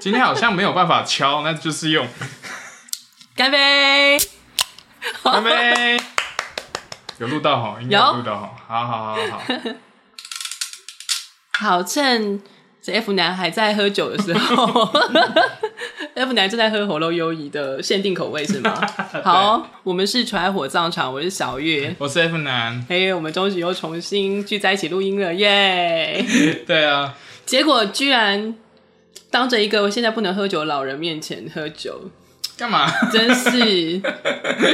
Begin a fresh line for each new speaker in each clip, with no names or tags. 今天好像没有办法敲，那就是 用
干杯！
干杯。有录到哈，应该
有
录到哈，好好好好，
好，趁这 F 男还在喝酒的时候 ，F 男正在喝火肉优怡的限定口味是 吗？好，我们是纯爱火葬场，我是小月。
我是 F 男，
嘿、我们终于又重新聚在一起录音了，耶！
对啊，
结果居然当着一个现在不能喝酒的老人面前喝酒，
干嘛？
真是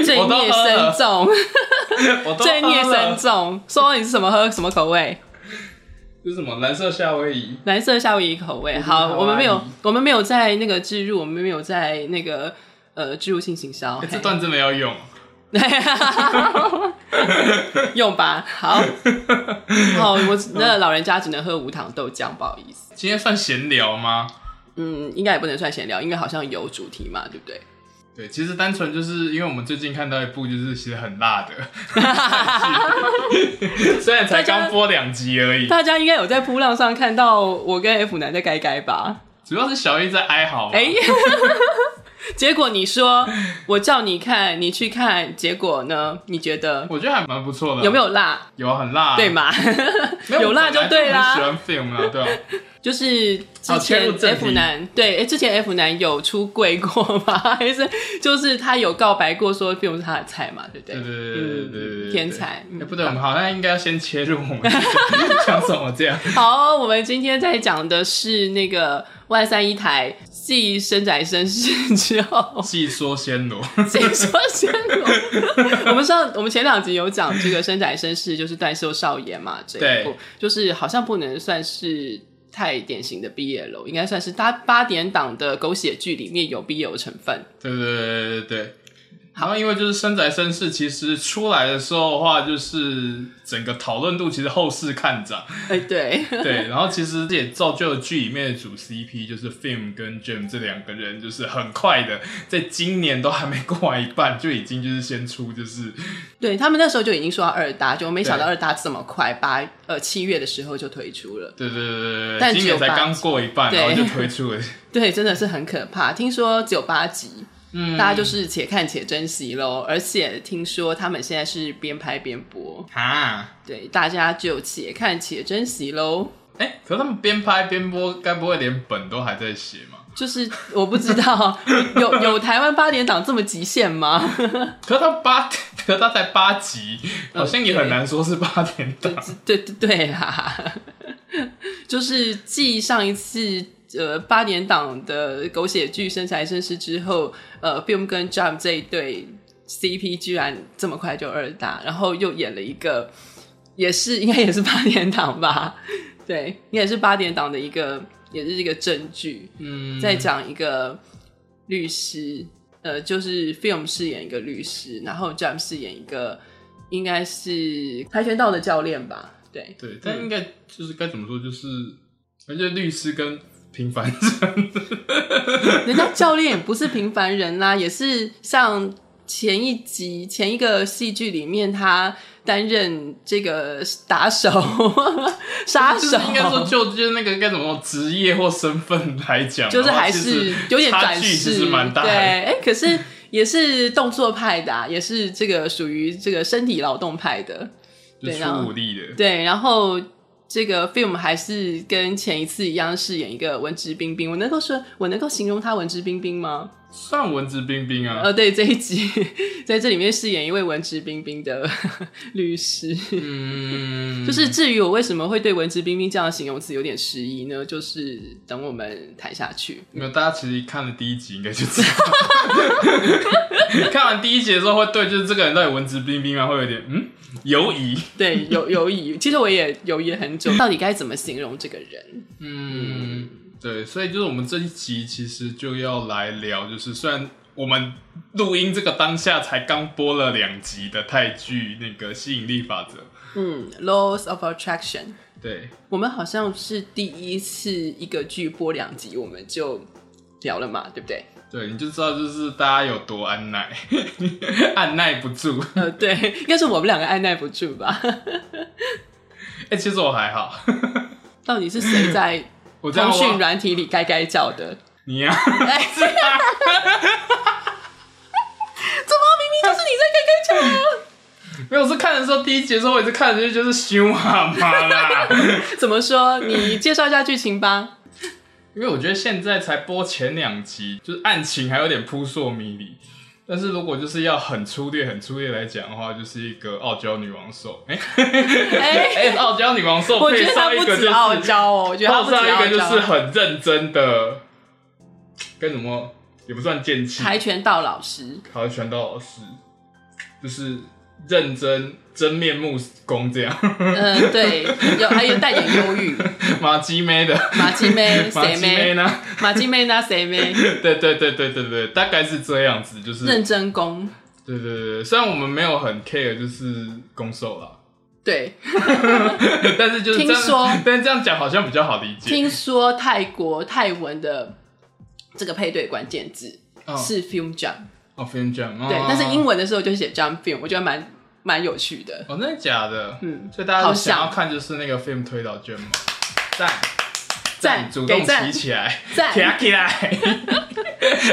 罪
我都
孽
喝
深
了
重，
我都
罪孽
喝了
深重。说你是什么喝什么口味？
这是什么？蓝色夏威夷？
蓝色夏威夷口味。
我觉得
好，
好
我们没有
阿姨，
我们没有在那个置入，我们没有在那个呃置入性行销。
哎这段真没有用。
嘿 用吧。 好，好，我那个老人家只能喝无糖豆浆，不好意思。
今天算闲聊吗？
嗯，应该也不能算闲聊，因为好像有主题嘛，对不对？
嗯对，其实单纯就是因为我们最近看到一部就是其实很辣 的剧，虽然才刚播两集而已，
大家应该有在扑浪上看到我跟 F 男在改改吧？
主要是小英在哀嚎。
哎、 结果你说我叫你看，你去看，结果呢？你觉得
我觉得还蛮不错的，
有没有辣？
有啊很辣、啊，
对嘛？
没有？
有辣就对啦
我本来就很喜欢 film 啊，对啊，
就是之
好哦切入
前
正题
F 男对，诶之前 F 男有出柜过吗？ 还是就是他有告白过说并不是他的菜嘛，对不对？
对对对对对对对对，
嗯天才嗯
哎不对，我们好像应该要先切入我们讲什么这样。，
好，我们今天在讲的是那个万三一台继伸展绅士之后
细说暹罗，
谁说先 我？我们上我们前两集有讲这个伸展绅士就是断袖少爷嘛，这一部
对
就是好像不能算是。太典型的 BL，应该算是八八点档的狗血剧里面有 BL 成分。
对对对对对对。然后因为就是生宅绅士，其实出来的时候的话，就是整个讨论度其实后市看涨。
哎、对，
对，然后其实也造就了剧里面的主 CP 就是 Film 跟 Jim 这两个人，就是很快的，在今年都还没过完一半，就已经就是先出就是
对他们那时候就已经说要二搭，就没想到
对
二搭这么快，八呃七月的时候就推出了。
对对对对
但
对，
只
今
有
年才刚过一半，
对
然后就推出了。
对，真的是很可怕。听说只有八集，
嗯，
大家就是且看且珍惜喽。而且听说他们现在是边拍边播，
啊，
对，大家就且看且珍惜喽。
哎、可是他们边拍边播，该不会连本都还在写吗？
就是我不知道 有有台湾八点档这么极限吗？
可是他八， 可是他才八集，
呃
好像也很难说是八点档。
对对对啦， 就是继上一次呃八点档的狗血剧《身材绅士》之后，呃，Film 跟 Jump 这一对 CP 居然这么快就二搭，然后又演了一个，也是应该也是八点档吧？ 对，应该也是八点档的一个，也是一个正剧，
嗯，
在讲一个律师，呃，就是 Film 饰演一个律师，然后 Jump 饰演一个应该是跆拳道的教练吧？ 对，
对，但应该就是该怎么说，就是而且律师跟平凡人，
人家教练也不是平凡人啦、也是像前一集前一个戏剧里面他担任这个打手、杀
就是
手，
应该说就就是那个该怎么说职业或身份来讲的话，
就是还
其
是
实
有点
差
展
距，
示，
其实蛮大
对，
的。
哎、可是也是动作派的、啊，也是这个属于这个身体劳动派的，
就
对然后
出武力的，
对。然后这个 film 还是跟前一次一样，饰演一个文质彬彬。我能够说，我能够形容他文质彬彬吗？
算文质彬彬啊。
呃，对，这一集 在这里面饰演一位文质彬彬的律师。
嗯，
就是至于我为什么会对文质彬彬这样的形容词有点迟疑呢？就是等我们谈下去。
没有，大家其实看了第一集应该就知道。 看完第一集的时候，会对就是这个人到底文质彬彬吗？会有点嗯犹疑。
对，有犹疑。其实我也犹疑了很久，到底该怎么形容这个人？
嗯，对，所以就是我们这一集其实就要来聊，就是虽然我们录音这个当下才刚播了两集的泰剧那个吸引力法则，
嗯，laws of attraction。
对，
我们好像是第一次一个剧播两集，我们就聊了嘛，对不对？
对，你就知道就是大家有多按耐， 按耐不住。
呃，对，应该是我们两个按耐不住吧？
哎、其实我还好，
到底是谁在
我这样
通讯
我
软体里该该叫 的。
你啊呀、
哎，怎么明明就是你在该该叫啊？
没有，我是看的时候第一集的时候，我也是看的时候就是凶啊妈啦，
怎么说？你介绍一下剧情吧。
因为我觉得现在才播前两集，就是案情还有点扑朔迷离。但是如果就是要很粗略、很粗略来讲的话，就是一个傲娇女王兽， 哎、
哎、
哎、傲娇女王兽
我
配
觉得他
上一
不
个就
止
是
傲娇哦，我觉得他
套
不止
上一
傲
个就是
娇。
很认真的，跟什么也不算剑气，
跆拳道 老师，
好像拳道老师，就是认真真面目攻这样，
嗯，对，有还有带点忧郁，
马基妹的
马 鸡妹、
马
谁
基妹
妹、
呢？嗯
马鸡妹那谁妹，
对对对对对对，大概是这样子，就是
认真攻，
对对对对，虽然我们没有很 care 就是攻受啦，
对，
但是就是这样
听说
但是这样讲好像比较好理解。
听说泰国泰文的这个配对关键字
哦
是 film jump，
哦，film jam，哦
对，但是英
为
文的时候就写 jump film，我觉得蛮蛮有趣的，
哦，真的假的？
嗯
所以大家
好
是想
像
要看就是那个 film 推导卷嘛，赞
赞
主
给
动
赞
提起来，提
赞，
起来。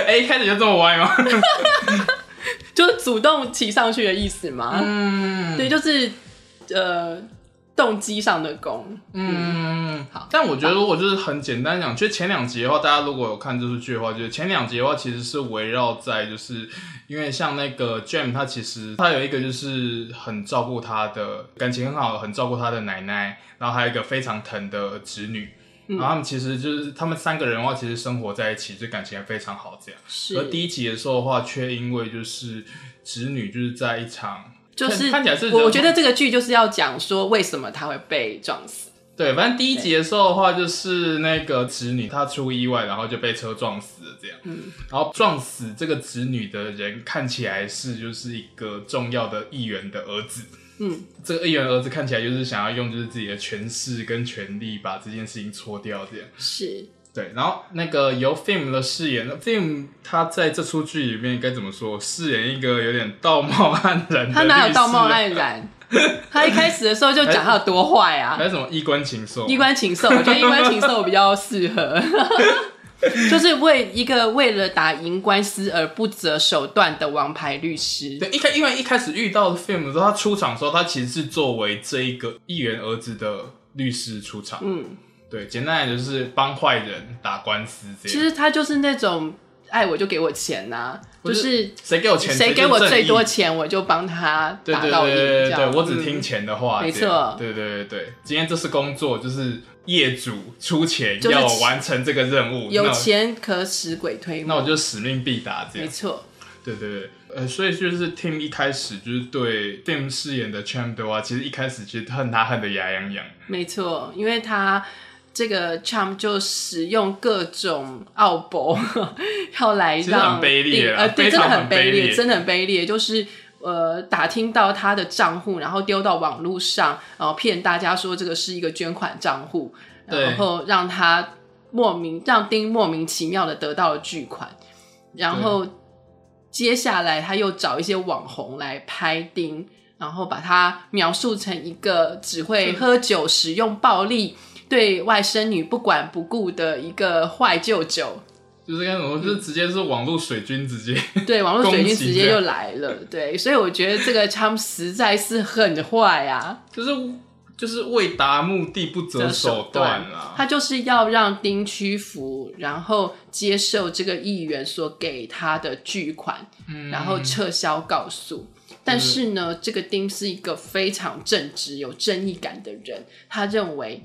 哎，一开始就这么歪吗？
就是主动骑上去的意思嘛，
嗯，
对，就是呃动机上的攻，
嗯，
好
但我觉得如果就是很简单讲，就前两集的话，大家如果有看这部剧的话，就是前两集的话，其实是围绕在就是因为像那个 Jam，他其实他有一个就是很照顾他的感情很好，很照顾他的奶奶，然后还有一个非常疼的侄女。
嗯
然后他们其实就是他们三个人的话，其实生活在一起，就感情也非常好这样。而
是，
第一集的时候的话，却因为就是侄女就是在一场
就
看
是
看起来是
我
人
我觉得这个剧就是要讲说为什么他会被撞死。
对，反正第一集的时候的话，就是那个侄女她出意外，然后就被车撞死了这样。
嗯，
然后撞死这个侄女的人看起来是就是一个重要的议员的儿子。
嗯，
这个议员儿子看起来就是想要用就是自己的权势跟权力把这件事情搓掉这样。嗯
是
对，然后那个由 Film 的饰演，Film 他在这出剧里面该怎么说？饰演一个有点道貌岸然的
他哪
律
有
师
道貌
啊，
岸然？他一开始的时候就讲他有多坏啊
还，是什么衣冠禽兽？啊
衣冠禽兽。我觉得衣冠禽兽比较适合， 就是为一个为了打赢官司而不择手段的王牌律师。
对，一开因为一开始遇到 film 的时候，他出场的时候，他其实是作为这一个议员儿子的律师出场。
嗯，
对，简单来讲就是帮坏人打官司这
其
样。
实他就是那种爱我就给我钱呐、
我
就
就是谁给我钱，
谁给我
就正
最
义
多？钱，我就帮他
对
打
对
到
对
赢。
对
这
对
样
对，我只
嗯
听钱的话。
没
这样
错
对对对对，今天这是工作，就是业主出钱
就是
要我完成这个任务。那
有
我
钱可使鬼推
那
磨，
我就使命必达这
没
样。
错，
对对对，呃，所以就是 Tim 一开始就是对 Tim 饰演的 Cham 的话，其实一开始其实恨他恨的牙痒痒。
没错，因为他这个 Charm 就使用各种奥博，要来
其实很
让
卑劣
定
啊
呃，对，
非
真
常
的很
很卑
卑劣，
劣
真的很卑劣，就是。呃，打听到他的账户，然后丢到网络上，然后骗大家说这个是一个捐款账户，
对
然后让他莫名让丁莫名其妙的得到了巨款，然后接下来他又找一些网红来拍丁，然后把他描述成一个只会喝酒、使用暴力、对外甥女不管不顾的一个坏舅舅。
就是该怎么说，就是直接是网络水军，直接
对，网络水军直
攻击
接
这
就
样
来了。对，所以我觉得这个他们实在是很坏啊，
就是就是为达目的不择手段啦。
他就是要让丁屈服，然后接受这个议员所给他的巨款，
嗯
然后撤销告诉。但是呢，这个丁是一个非常正直、有正义感的人，他认为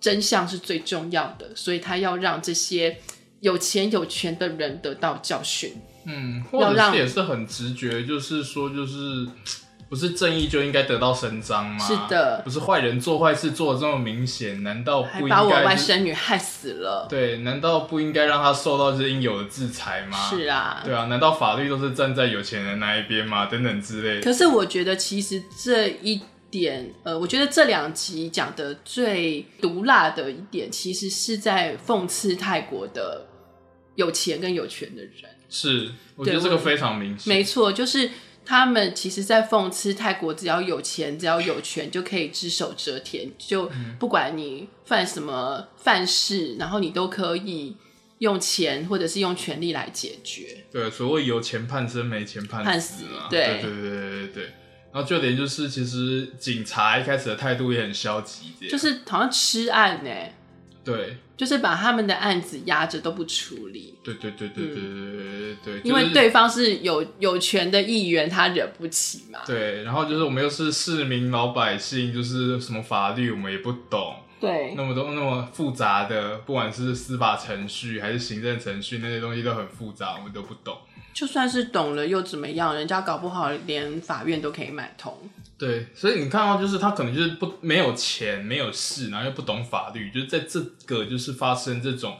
真相是最重要的，所以他要让这些有钱有权的人得到教训。
嗯，或者
让
是也是很直觉，就是说就是。不是正义就应该得到伸张吗？
是的
不是坏人做坏事做的这么明显，难道
还
不应
把我
该
外
就是、
甥女害死了。
对？难道不应该让他受到就是应有的制裁吗？
是啊，
对啊，难道法律都是站在有钱人那一边吗？等等之类的。
可是我觉得其实这一点，呃，我觉得这两集讲的最毒辣的一点，其实是在讽刺泰国的有钱跟有权的人。
是，我觉得
对
这个
我
非常明显。
没错，就是他们其实在讽刺泰国，只要有钱，只要有权就可以只手遮天，就
嗯
不管你犯什么犯事，然后你都可以用钱或者是用权力来解决。
对，所谓有钱判生，没钱判
判
死
死
嘛。
对
对对对对对。然后就连就是，其实警察一开始的态度也很消极这样，
就是好像吃案呢、
对
就是把他们的案子压着都不处理，
对对对对对对对对对，
嗯因
就
为
是
对方是有有权的议员，他惹不起嘛。
对，然后就是我们又是市民老百姓，就是什么法律我们也不懂，
对
那么多那么复杂的，不管是司法程序还是行政程序，那些东西都很复杂，我们都不懂。
就算是懂了又怎么样？人家搞不好连法院都可以买通。
对，所以你看到就是他可能就是不没有钱，没有势，然后又不懂法律，就是在这个就是发生这种，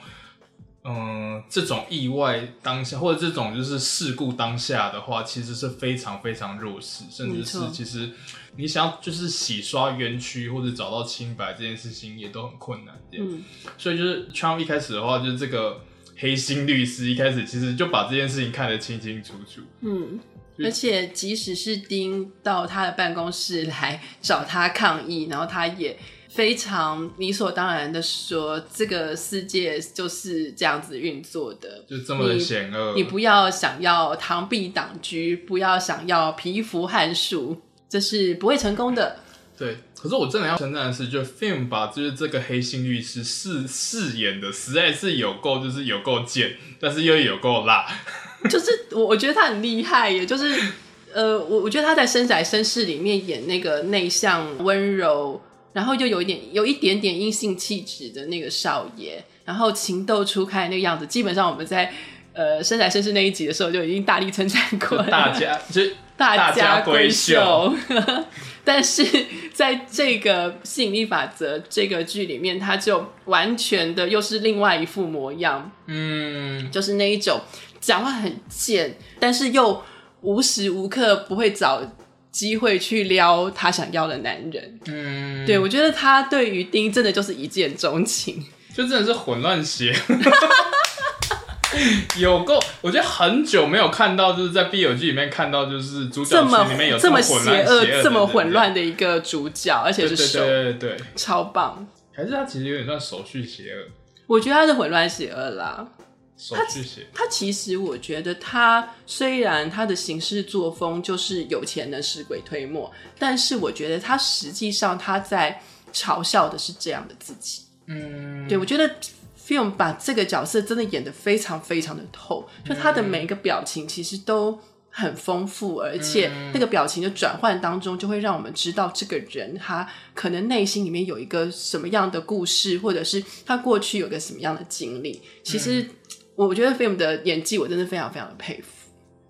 嗯、这种意外当下或者这种就是事故当下的话，其实是非常非常弱势，甚至
没
是
错
其实你想要就是洗刷冤屈或者找到清白这件事情也都很困难。这样，
嗯，
所以就是 Trump 一开始的话，就是这个黑心律师一开始其实就把这件事情看得清清楚楚。
嗯，而且即使是丁到他的办公室来找他抗议，然后他也非常理所当然的说，这个世界就是这样子运作的。
就这么的
你
险恶，
你不要想要螳臂挡车，不要想要皮服撼树，这是不会成功的。
对，可是我真的要称赞的是，就 film 把就是这个黑心律师饰饰演的实在是有够，就是有够贱，但是又有够辣。
就是我我觉得他很厉害耶，就是呃，我我觉得他在《生仔绅士》里面演那个内向温柔，然后又有一点有一点点阴性气质的那个少爷，然后情窦初开那个样子，基本上我们在。呃，生仔绅士那一集的时候就已经大力称赞过
就
了，
大家就
大
家
家
闺
闺。秀。 但是在这个吸引力法则这个剧里面，他就完全的又是另外一副模样，
嗯，
就是那一种讲话很贱，但是又无时无刻不会找机会去撩他想要的男人。
嗯，
对我觉得他对于丁真的就是一见钟情，
就真的是混乱 鞋。有够，我觉得很久没有看到，就是在 BL 剧里面看到，就是主角
这么
群里面有
这
么
么
混乱、
恶
邪恶、
这么混，乱的一个主角，而且
对
是
对
手
对对对，
超棒。
还是他其实有点算手续邪恶，
我觉得他是混乱邪恶啦，
手续邪，
他其实我觉得他虽然他的行事作风就是有钱能使鬼推磨，但是我觉得他实际上他在嘲笑的是这样的自己。
嗯，
对，我觉得 film 把这个角色真的演得非常非常的透，就他的每一个表情其实都很丰富，而且那个表情的转换当中，就会让我们知道这个人他可能内心里面有一个什么样的故事，或者是他过去有个什么样的经历。其实我觉得 film 的演技，我真的非常非常的佩服。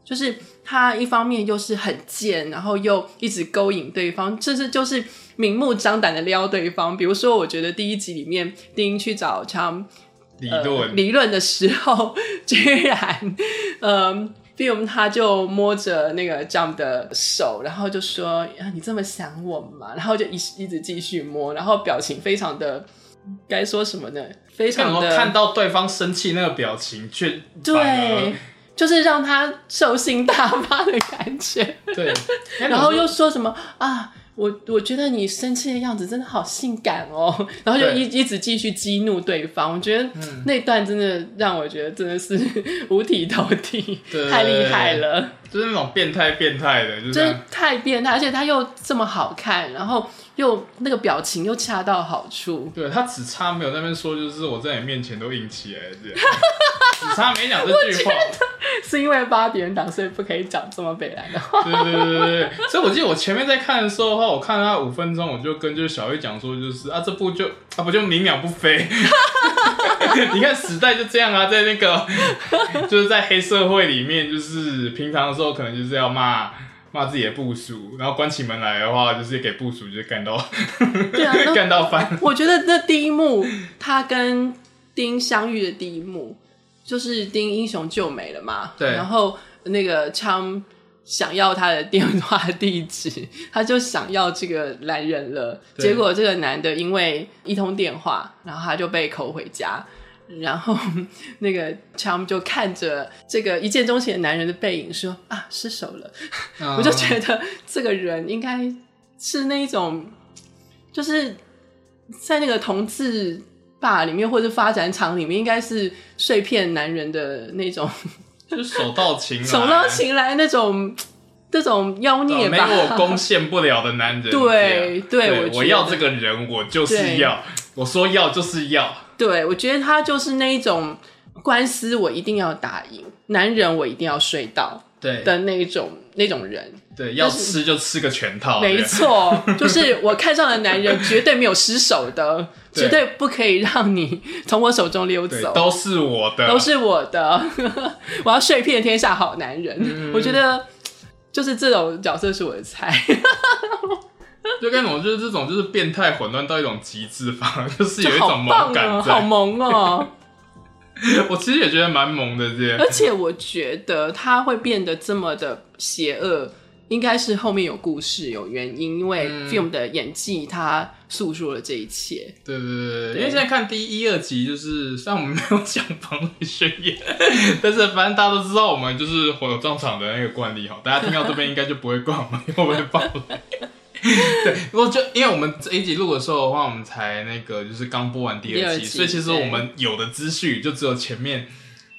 就是他一方面又是很贱，然后又一直勾引对方，甚至就是明目张胆的撩对方。比如说，我觉得第一集里面丁去找强
理
呃
论，
理论的时候， 居然呃 b i m 他就摸着那个 Jump 的手，然后就说：“啊，你这么想我吗？”然后就一一直继续摸，然后表情非常的该说什么呢？非
看
常
我
的
看到对方生气那个表情，却
对，就是让他兽性大发的感觉。
对，
然后又说什么啊？我我觉得你生气的样子真的好性感哦，然后就
对嗯
一一直继续激怒对方。我觉得那段真的让我觉得真的是 五体投地
对，
太厉害了，
就是那种变态变态的，就是这
真
样。
太变态，而且他又这么好看，然后又那个表情又恰到好处。
对他只差没有在那边说，就是我在你面前都硬起来了这样， 只差没讲这句话。
是因为八点档，所以不可以讲这么北来的 话。
对对对对对，所以我记得我前面在看的时候的话，我看他五分钟，我就跟就是小玉讲说，就是啊，这部就啊不就鸣鸟不飞。 你看时代就这样啊，在那个 就是在黑社会里面，就是平常的时候可能就是要骂骂自己的部属，然后关起门来的话，就是给部属就是干到
对啊，那
干到翻。
我觉得那第一幕，他跟丁相遇的第一幕，就是丁英雄救美了嘛。
对
然后那个昌想要他的电话地址，他就想要这个男人了。
对
结果这个男的因为一通电话，然后他就被扣回家。然后那个 Cham 就看着这个一见钟情的男人的背影说：“啊，失手了。”我
嗯
就觉得 这个人应该是那一种，就是在那个同志吧里面或者发展场里面，应该是碎片男人的那种
得 就是手到擒来，啊
手到擒来那种那种妖
对
孽
没
吧。
我攻陷不了的男人。
对
这样
对
对
我觉
我要
得
这个人，我就是
对
要，我说要就是要。
对，我觉得他就是那一种官司我一定要打赢，男人我一定要睡到
对
的那一种那种人。
对，要
但是
吃就吃个全套。
没
对
错，就是我看上的男人绝对没有失手的，
对
绝对不可以让你从我手中溜
对，
走，
都是我的，
都是我的， 我要碎片天下好男人。
嗯
我觉得就是这种角色是我的菜，
就跟我就是这种就是变态混乱到一种极致方， 就是
就
有一
好
种
棒
萌
哦，
感
好
在。
萌哦。
我其实也觉得蛮萌的这
而
些，
且我觉得他会变得这么的邪恶，应该是后面有故事、有原因，因为
嗯
film 的演技他诉说了这一切。
对对对对，
对
因为现在看第一、二集，就是虽然我们没有讲防卫宣言， 但是反正大家都知道我们就是火葬场的那个惯例哈，大家听到这边应该就不会怪我们，因为我们会爆雷。对，我就因为我们这一集录的时候的话，我们才那个就是刚播完第
第
二
二
集，
集
所以其实
对
我们有的资讯就只有前面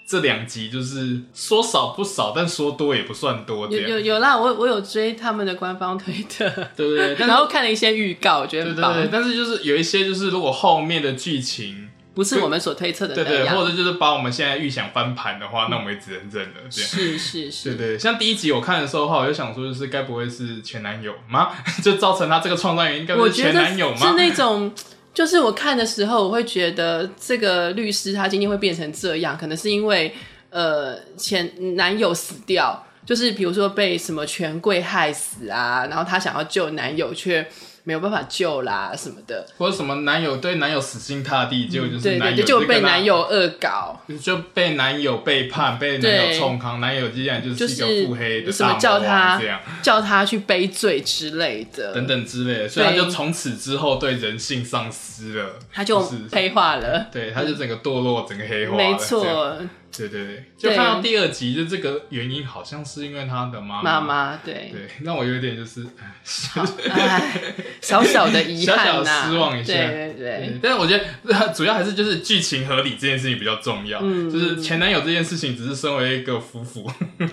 这两集，就是说少不少，但说多也不算多这
有
样。
有有啦，我我有追他们的官方推特，
对对对，但
然
是
后看了一些预告，我觉得
对
很
对
棒，
对，但是就是有一些就是如果后面的剧情，
不是我们所推测的
对
那
对，
样。
或者就是把我们现在预想翻盘的话，那我们也只能认了这样。
是是
对
是，
对，像第一集我看的时候的话，我就想说，就是该不会是前男友吗？ 就造成他这个创伤原因，该不
我
会是
觉
前
得
男
是
友吗？
那种，就是我看的时候，我会觉得这个律师他今天会变成这样，可能是因为呃前男友死掉，就是比如说被什么权贵害死啊，然后她想要救男友却没有办法救啦什么的，
或者什么男友对男友死心塌地，结果就是
嗯对
男
对
友
对，就
跟
被
他
男友恶搞。
就被男友背叛，被男友
对
冲康，男友竟然就是
就
一个
是
腹黑的
什么
大
叫
魔
他
王这样
叫他去背罪之类的，
等等之类的，所以他
对
就从此之后对人性丧失了，
他就是黑化了，
对，他就整个堕落，整个黑化。
没，错，
对对对，就
对
看到第二集，就这个原因好像是因为他的妈
妈。妈对，
对，让我有点就是，唉
唉，小小的遗憾
小小
呐、
的失望一下
对对
对
对，
但是我觉得主要还是就是剧情合理这件事情比较重要，
嗯
就是前男友这件事情只是身为一个夫妇，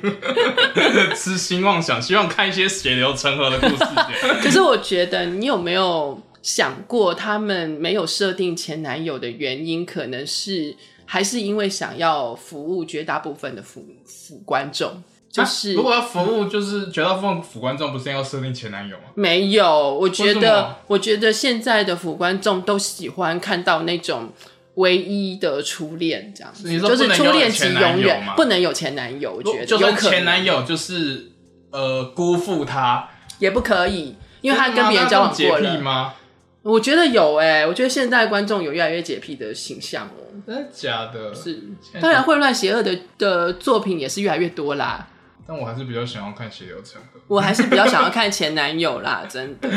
痴心妄想，希望看一些血流成河的故事。对
可是我觉得你有没有想过，他们没有设定前男友的原因，可能是还是因为想要服务绝大部分的服服观众， 就是、
啊如果要服务，就是绝大部分腐观众不是要设定前男友吗？
没有，我觉
为什么
得，我觉得现在的腐观众都喜欢看到那种唯一的初恋，这样子，
你说
就
不
是
能
初
有
恋
前
即
男
永
友
远
吗，
不能有前男友，我觉得
就
有
算
可
前男
能
友就是呃辜负他，
也不可以，因为他
真的
跟
吗
别人交
啊那这
往过
种洁癖
了。
吗？
我觉得有哎、我觉得现在观众有越来越洁癖的形象哦，
真的假的？
是
现在
当然混乱邪恶的的作品也是越来越多啦。
但我还是比较想要看血流成河。
我还是比较想要看前男友 啦，真的。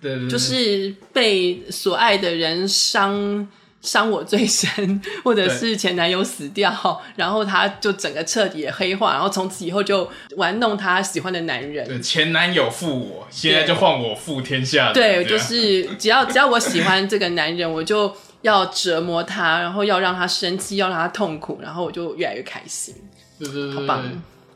对对对，
就是被所爱的人伤伤我最深， 或者是前男友死掉，然后他就整个彻底的黑化，然后从此以后就玩弄他喜欢的男人。
对前男友负我，现在就换我负天下人。
对，
这
就
样
是只要只要我喜欢这个男人，我就要折磨他，然后要让他生气，要让他痛苦，然后我就越来越开心。
对对对
好
对
棒
对。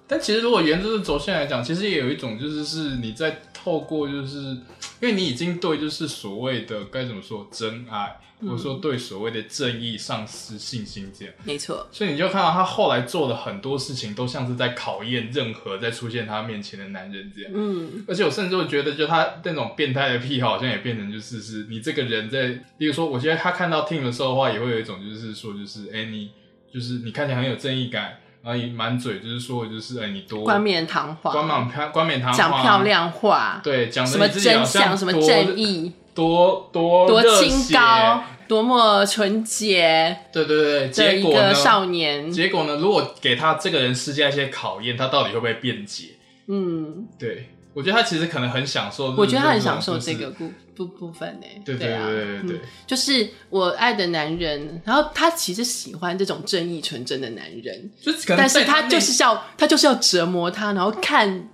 但其实如果沿着这轴线来讲，其实也有一种就是是你在透过就是，因为你已经对就是所谓的该怎么说真爱，或者说
嗯
对所谓的正义丧失信心这样。
没错，
所以你就看到他后来做的很多事情，都像是在考验任何在出现他面前的男人这样。
嗯，
而且我甚至会觉得，就他那种变态的癖好，好像也变成就是是你这个人在，例如说，我觉得他看到 Tim 的时候的话，也会有一种就是说，就是哎、你就是你看起来很有正义感，然后你满嘴就是说，就是哎、你多
冠冕堂皇，
冠冕堂冠冕堂皇
讲漂，亮话，
对，讲得
什么
你自己好
真
像
相，什么
多
正义。
多多
多
热
清
血
高，，多么纯洁
对对对，
的
结
一
果呢
个？少年。
结果呢？如果给他这个人施加一些考验，他到底会不会辩解？
嗯，
对，我觉得他其实可能很享受，
我觉得他很享
就
受
是
这
种
个部部部分呢、
就是，对
啊，
对对对对
嗯就是我爱的男人，然后他其实喜欢这种正义纯真的男人，
对，就是可能
但是
在
他
内
就是要他就是要折磨他，然后看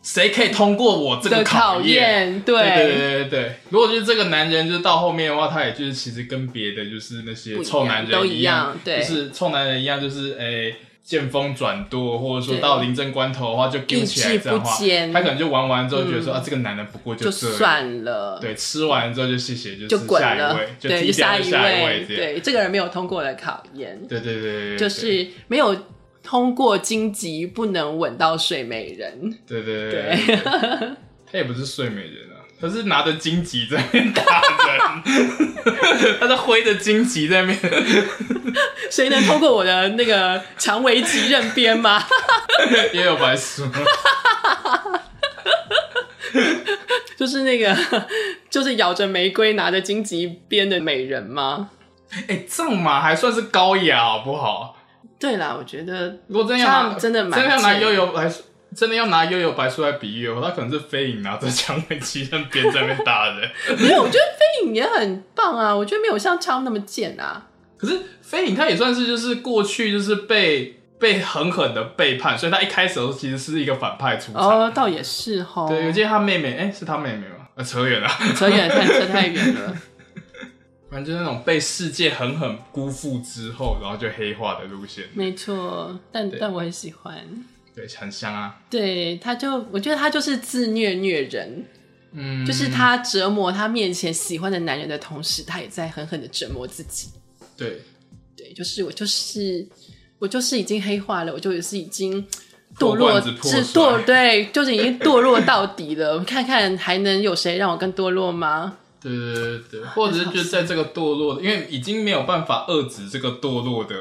谁可以通过我这
的
个考验。
验，
对对对对对，如果就是这个男人，就是到后面的话，他也就是其实跟别的就是那些
不一
臭
样
男人
都
一
一样对
就是臭男人一样，就是诶、见风转舵，或者说
对
到临阵关头的话就丢起来
意志
这样的话
不坚，
他可能就玩完之后觉得说、啊，这个男人不过
就
这样，
算了，
对，吃完之后就谢谢，
就是滚
下一
了
位，，就
对，
踢
就
掉
下
就
一
下
位，
这样，
对，这个人没有通过的考验，
对对对对，对
就是没有通过荆棘不能吻到睡美人，
对对
对
对，对他也不是睡美人啊，他是拿着荆棘在那边打人， 他在挥着荆棘在那边，
谁能通过我的那个长尾棘刃边吗？
也有白书，
就是那个，就是咬着玫瑰拿着荆棘边的美人吗？
哎、藏马还算是高雅好不好？
对啦，我觉得
如果真要拿
像真的蛮
真的要拿
贱
悠悠来说。真的要拿悠悠白书来比喻的话，他可能是飞影拿着蔷薇旗在那边在那边打人。
没有，我觉得飞影也很棒啊，我觉得没有像超那么 贱啊。
可是飞影他也算是就是过去就是被被狠狠的背叛，所以他一开始的时候其实是一个反派出场。
哦，倒也是吼，
对，我记得他妹妹，哎、是他妹妹吗？啊，扯远了。
扯远了，太扯太远了。
反正就是那种被世界狠狠辜负之后，然后就黑化的路线，
没错，但
对
但我很喜欢。
对，很像啊，
对，他就我觉得他就是自虐虐人，
嗯，
就是，他折磨他面前喜欢的男人的同时，他也在狠狠的折磨自己。
对，
对，就是我就是我就是已经黑化了，我就是已经
破
堕落
罐子破
至
摔
堕对，就是已经堕落到底了。看看还能有谁让我更堕落吗？
对对对对，或者是就是在这个堕落的，因为已经没有办法遏止这个堕落的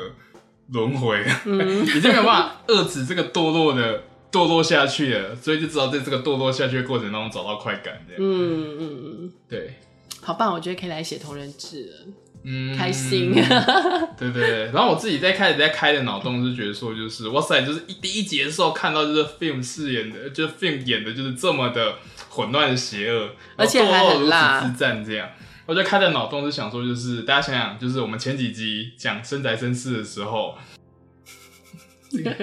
轮回，嗯、已经没有办法遏止这个堕落的堕落下去了，所以就只好在这个堕落下去的过程当中找到快感，这样，
嗯嗯嗯，
对，
好棒，我觉得可以来写同人志了，
嗯，
开心。
对对对，然后我自己在开始在开的脑洞是觉得说，就是哇塞，就是一第一集的时候看到就是 film 饰演的，就是 film 演的就是这么的混乱的邪恶，
而且还很辣
然后堕落如此之战这样。我就开的脑洞是想说，就是大家想想，就是我们前几集讲生宅生世的时候，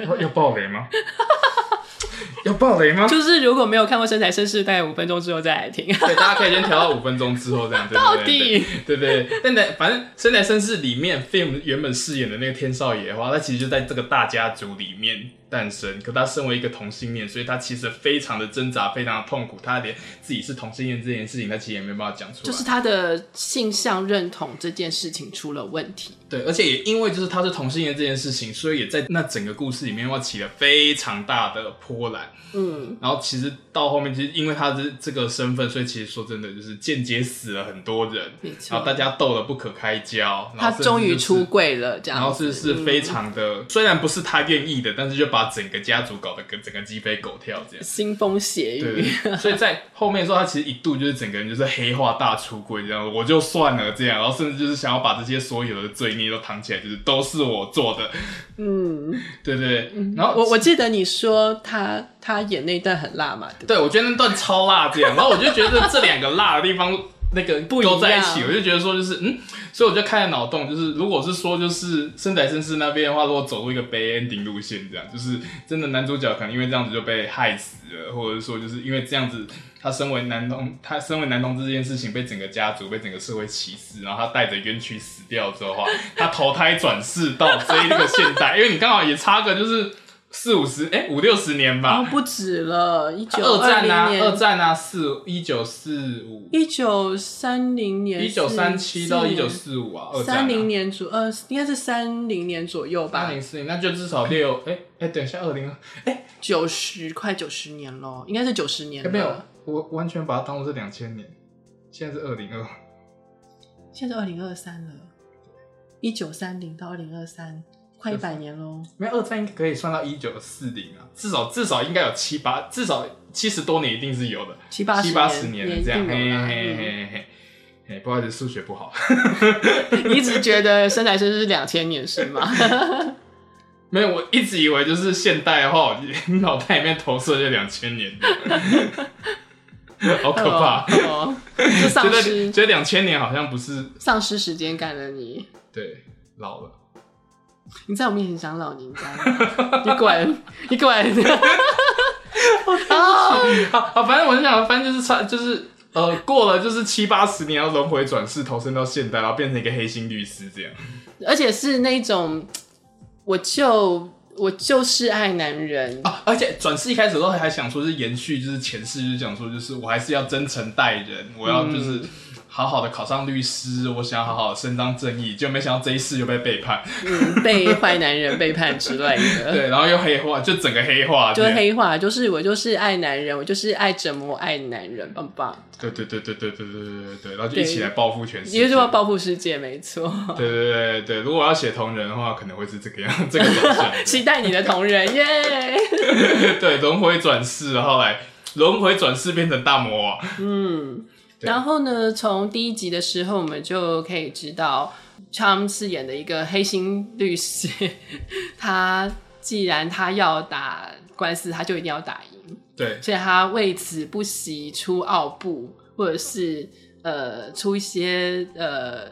要要爆雷吗？ 要爆雷吗？
就是如果没有看过《身材绅士》，大概五分钟之后再来听。
对，大家可以先调到五分钟之后这样。对
到
对 对对
底
对对，但但反正《生来绅士》里面 film 原本饰演的那个天少爷的话，他其实就在这个大家族里面诞生。可他身为一个同性恋，所以他其实非常的挣扎，非常的痛苦。他连自己是同性恋这件事情，他其实也没办法讲出来。
就是他的性向认同这件事情出了问题，
对，而且也因为就是他是同性恋这件事情，所以也在那整个故事里面的话起了非常大的波澜。
嗯，
然后其实到后面，其实因为他这这个身份，所以其实说真的，就是间接死了很多人。
没
然后
错
大，家斗得不可开交，然
他
后甚至
终于
就是
出柜了，这
然后
样
是
子嗯
是非常的，虽然不是他愿意的，但是就把整个家族搞得跟整个鸡飞狗跳这样。
腥风血
对
雨，
对，对所以在后面的时候，他其实一度就是整个人就是黑化大出柜这样，我就算了这样，然后甚至就是想要把这些所有的罪孽都扛起来，就是都是我做的，
嗯。
对对对。然后
我我记得你说他他演那段很辣嘛，对不对？
对，我觉得那段超辣这样，然后我就觉得这两个辣的地方那个
不一样
都在一起，我就觉得说就是嗯，所以我就开了脑洞，就是如果是说就是生仔绅士那边的话，如果走入一个 bad ending 路线，这样就是真的男主角可能因为这样子就被害死了，或者说就是因为这样子。他身为男同，他身为男同志这件事情被整个家族、被整个社会歧视，然后他带着冤屈死掉之后的话，他投胎转世到这一个现代，因为你刚好也差个就是四五十，哎、五六十年吧，
然后哦不止了，一九
二战啊，
零
二
年，
战啊，四一九四五，
一九三零年，
一九三七到一九四五啊，二战啊
三零年左，呃，应该是三零年左右
三
吧，
零四零，那就至少
嗯
六，哎哎，等一下，二零
九十快九十年咯，应该是九十年
哎
了。
没有，我完全把它当做是两千年，现在是二零二，
现在是二零二三了，一九三零到二零二三，快一百年喽。
没有二战应该可以算到一九四零啊，至少至少应该有七八，至少七十多年一定是有的，
七八十
七八十年
年
了这样，
一定
嘿嘿
有啦嗯
嘿嘿嘿。哎，不好意思，数学不好。
你一直觉得生来生是两千年是吗？
没有，我一直以为就是现代的话，我就脑袋里面投射就两千 年，好 可怕。
哦，哦就
觉
丧
得
失
觉得两千年好像不是
丧失时间感的你，
对老了，
你在我面前讲老年痴呆，你滚，你 滚！啊，
好好，反正我就想，反正就是差就是呃过了就是七八十年，要轮回转世投身到现代，然后变成一个黑心律师这样。
而且是那种，我就我就是爱男人，
啊，而且转世一开始的时候还想说，是延续就是前世，就是讲说，就是我还是要真诚待人，我要就是好好的考上律师，我想要好好的伸张正义，就没想到这一世又被背叛，
嗯，被坏男人背叛之类 的。
对，然后又黑化，就整个黑化，
就
对，
黑化，就是我就是爱男人，我就是爱折磨爱男人，棒棒，
对对对对对对对对对对，然后就一起来报复全世界，
也就是要报复世界，没错。
对对对对，如果要写同人的话，可能会是这个样， 这个走向，
期待你的同人耶！
对，轮回转世，然后来轮回转世变成大魔王，对
然后呢，从第一集的时候，我们就可以知道，Cham 饰演的一个黑心律师，他既然他要打官司，他就一定要打赢，
对
所以他为此不惜出奥布，或者是呃出一些呃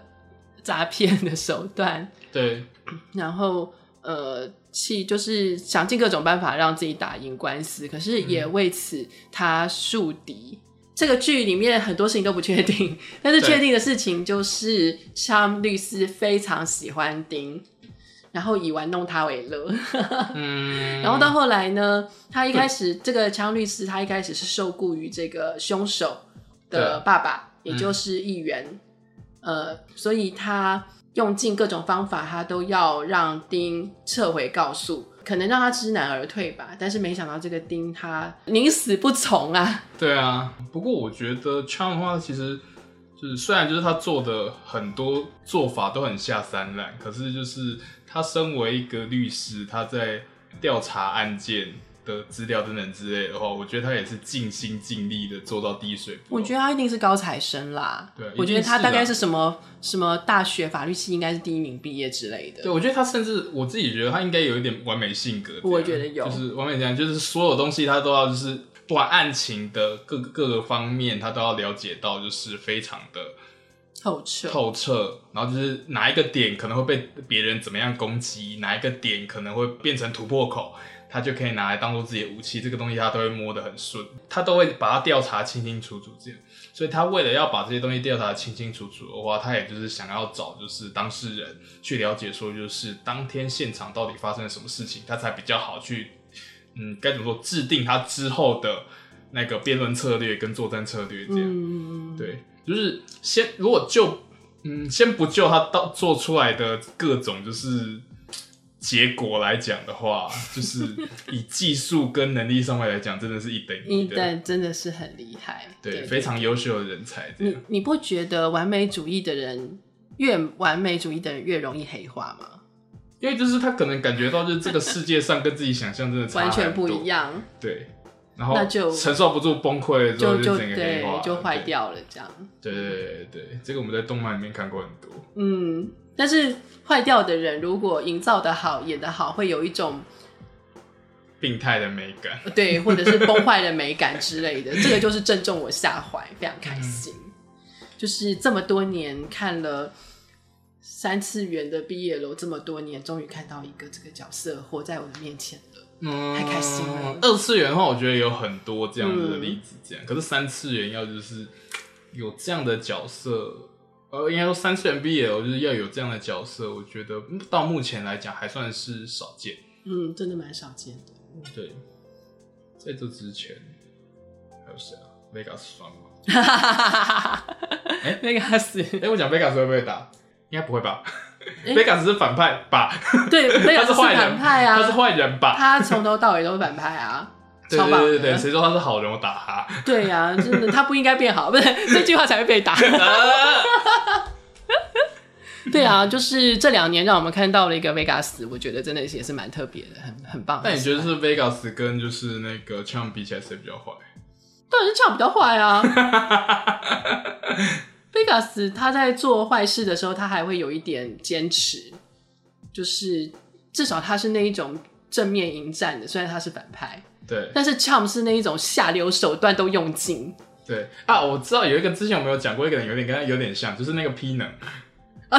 诈骗的手段，
对
然后呃，去就是想尽各种办法让自己打赢官司，可是也为此他树敌。这个剧里面很多事情都不确定，但是
对
确定的事情就是，像律师非常喜欢丁，然后以玩弄他为乐。
嗯，
然后到后来呢，他一开始这个枪律师，他一开始是受雇于这个凶手的爸爸，
对
也就是议员，呃，所以他用尽各种方法，他都要让丁撤回告诉，可能让他知难而退吧。但是没想到这个丁他宁死不从啊，
对啊，不过我觉得 Charm 的话，其实就是虽然就是他做的很多做法都很下三滥，可是就是他身为一个律师，他在调查案件的资料等等之类的话，我觉得他也是尽心尽力的做到滴水不
我
漏。
觉得他一定是高材生啦。
对
我觉
一
得
定是
他大概
啦
是什么什么大学法律系，应该是第一名毕业之类的。
对，我觉得他甚至我自己觉得他应该有一点完美性格这样，
我觉得有
就是完美这样，就是所有东西他都要就是不管案情的各各个方面，他都要了解到，就是非常的
透彻，
透彻，然后就是哪一个点可能会被别人怎么样攻击，哪一个点可能会变成突破口，他就可以拿来当做自己的武器。这个东西他都会摸得很顺，他都会把它调查清清楚楚这样。所以他为了要把这些东西调查清清楚楚的话，他也就是想要找就是当事人去了解，说就是当天现场到底发生了什么事情，他才比较好去，嗯，该怎么说制定他之后的那个辩论策略跟作战策略这样。
嗯，
对，就是先如果就嗯，先不就他到做出来的各种就是结果来讲的话，就是以技术跟能力上面来讲，真的是一等
一
的，
但真的是很厉害，
对，非常优秀的人才这
你
样。
你不觉得完美主义的人越完美主义的人越容易黑化吗？
因为就是他可能感觉到，就是这个世界上跟自己想象真的差
完全不
很多
一，样，
对。然后
那就
承受不住崩溃了之后，
就
整个黑
对
化了，
就坏掉了这样。
对。对对对对，这个我们在动漫里面看过很多。
嗯，但是坏掉的人如果营造的好、演的好，会有一种
病态的美感，
对，或者是崩坏的美感之类的，这个就是正中我下怀，非常开心。
嗯
就是这么多年看了三次元的毕业楼，这么多年终于看到一个这个角色活在我的面前了。
嗯，
太开心了嗯
二次元的话，我觉得有很多这样子的例子，这样。可是三次元要就是有这样的角色，呃，应该说三次元 BL 就是要有这样的角色，我觉得嗯到目前来讲还算是少见。
嗯，真的蛮少见的。
对，在这之前还有谁啊？Vegas 算 吗？
哈哈哈哈
哎
那个死，
哎、我讲 Vegas 会不会打？应该不会吧、
哎
v e g a s 是反派吧？
对，那
他
个
是坏人
反派
他是
啊，
坏人吧？
他从头到尾都是反派啊，
对
超
对
棒
对对对，
的，
谁说他是好人？我打 他。
对呀，真的，他不应该变好，不是这句话才会被打。
啊
对啊，就是这两年让我们看到了一个 Vegas，我觉得真的也是蛮特别的，很很棒。
那你觉得是 Vegas 跟就是那个 Chang 比起来，谁比较坏？
当然是唱比较坏啊。Vegas 他在做坏事的时候，他还会有一点坚持，就是至少他是那一种正面迎战的，虽然他是反派，
对
但是 Chum 是那一种下流手段都用尽
对啊，我知道有一个之前我们有讲过，一个人有点跟他有点像，就是那个 P 能，
啊，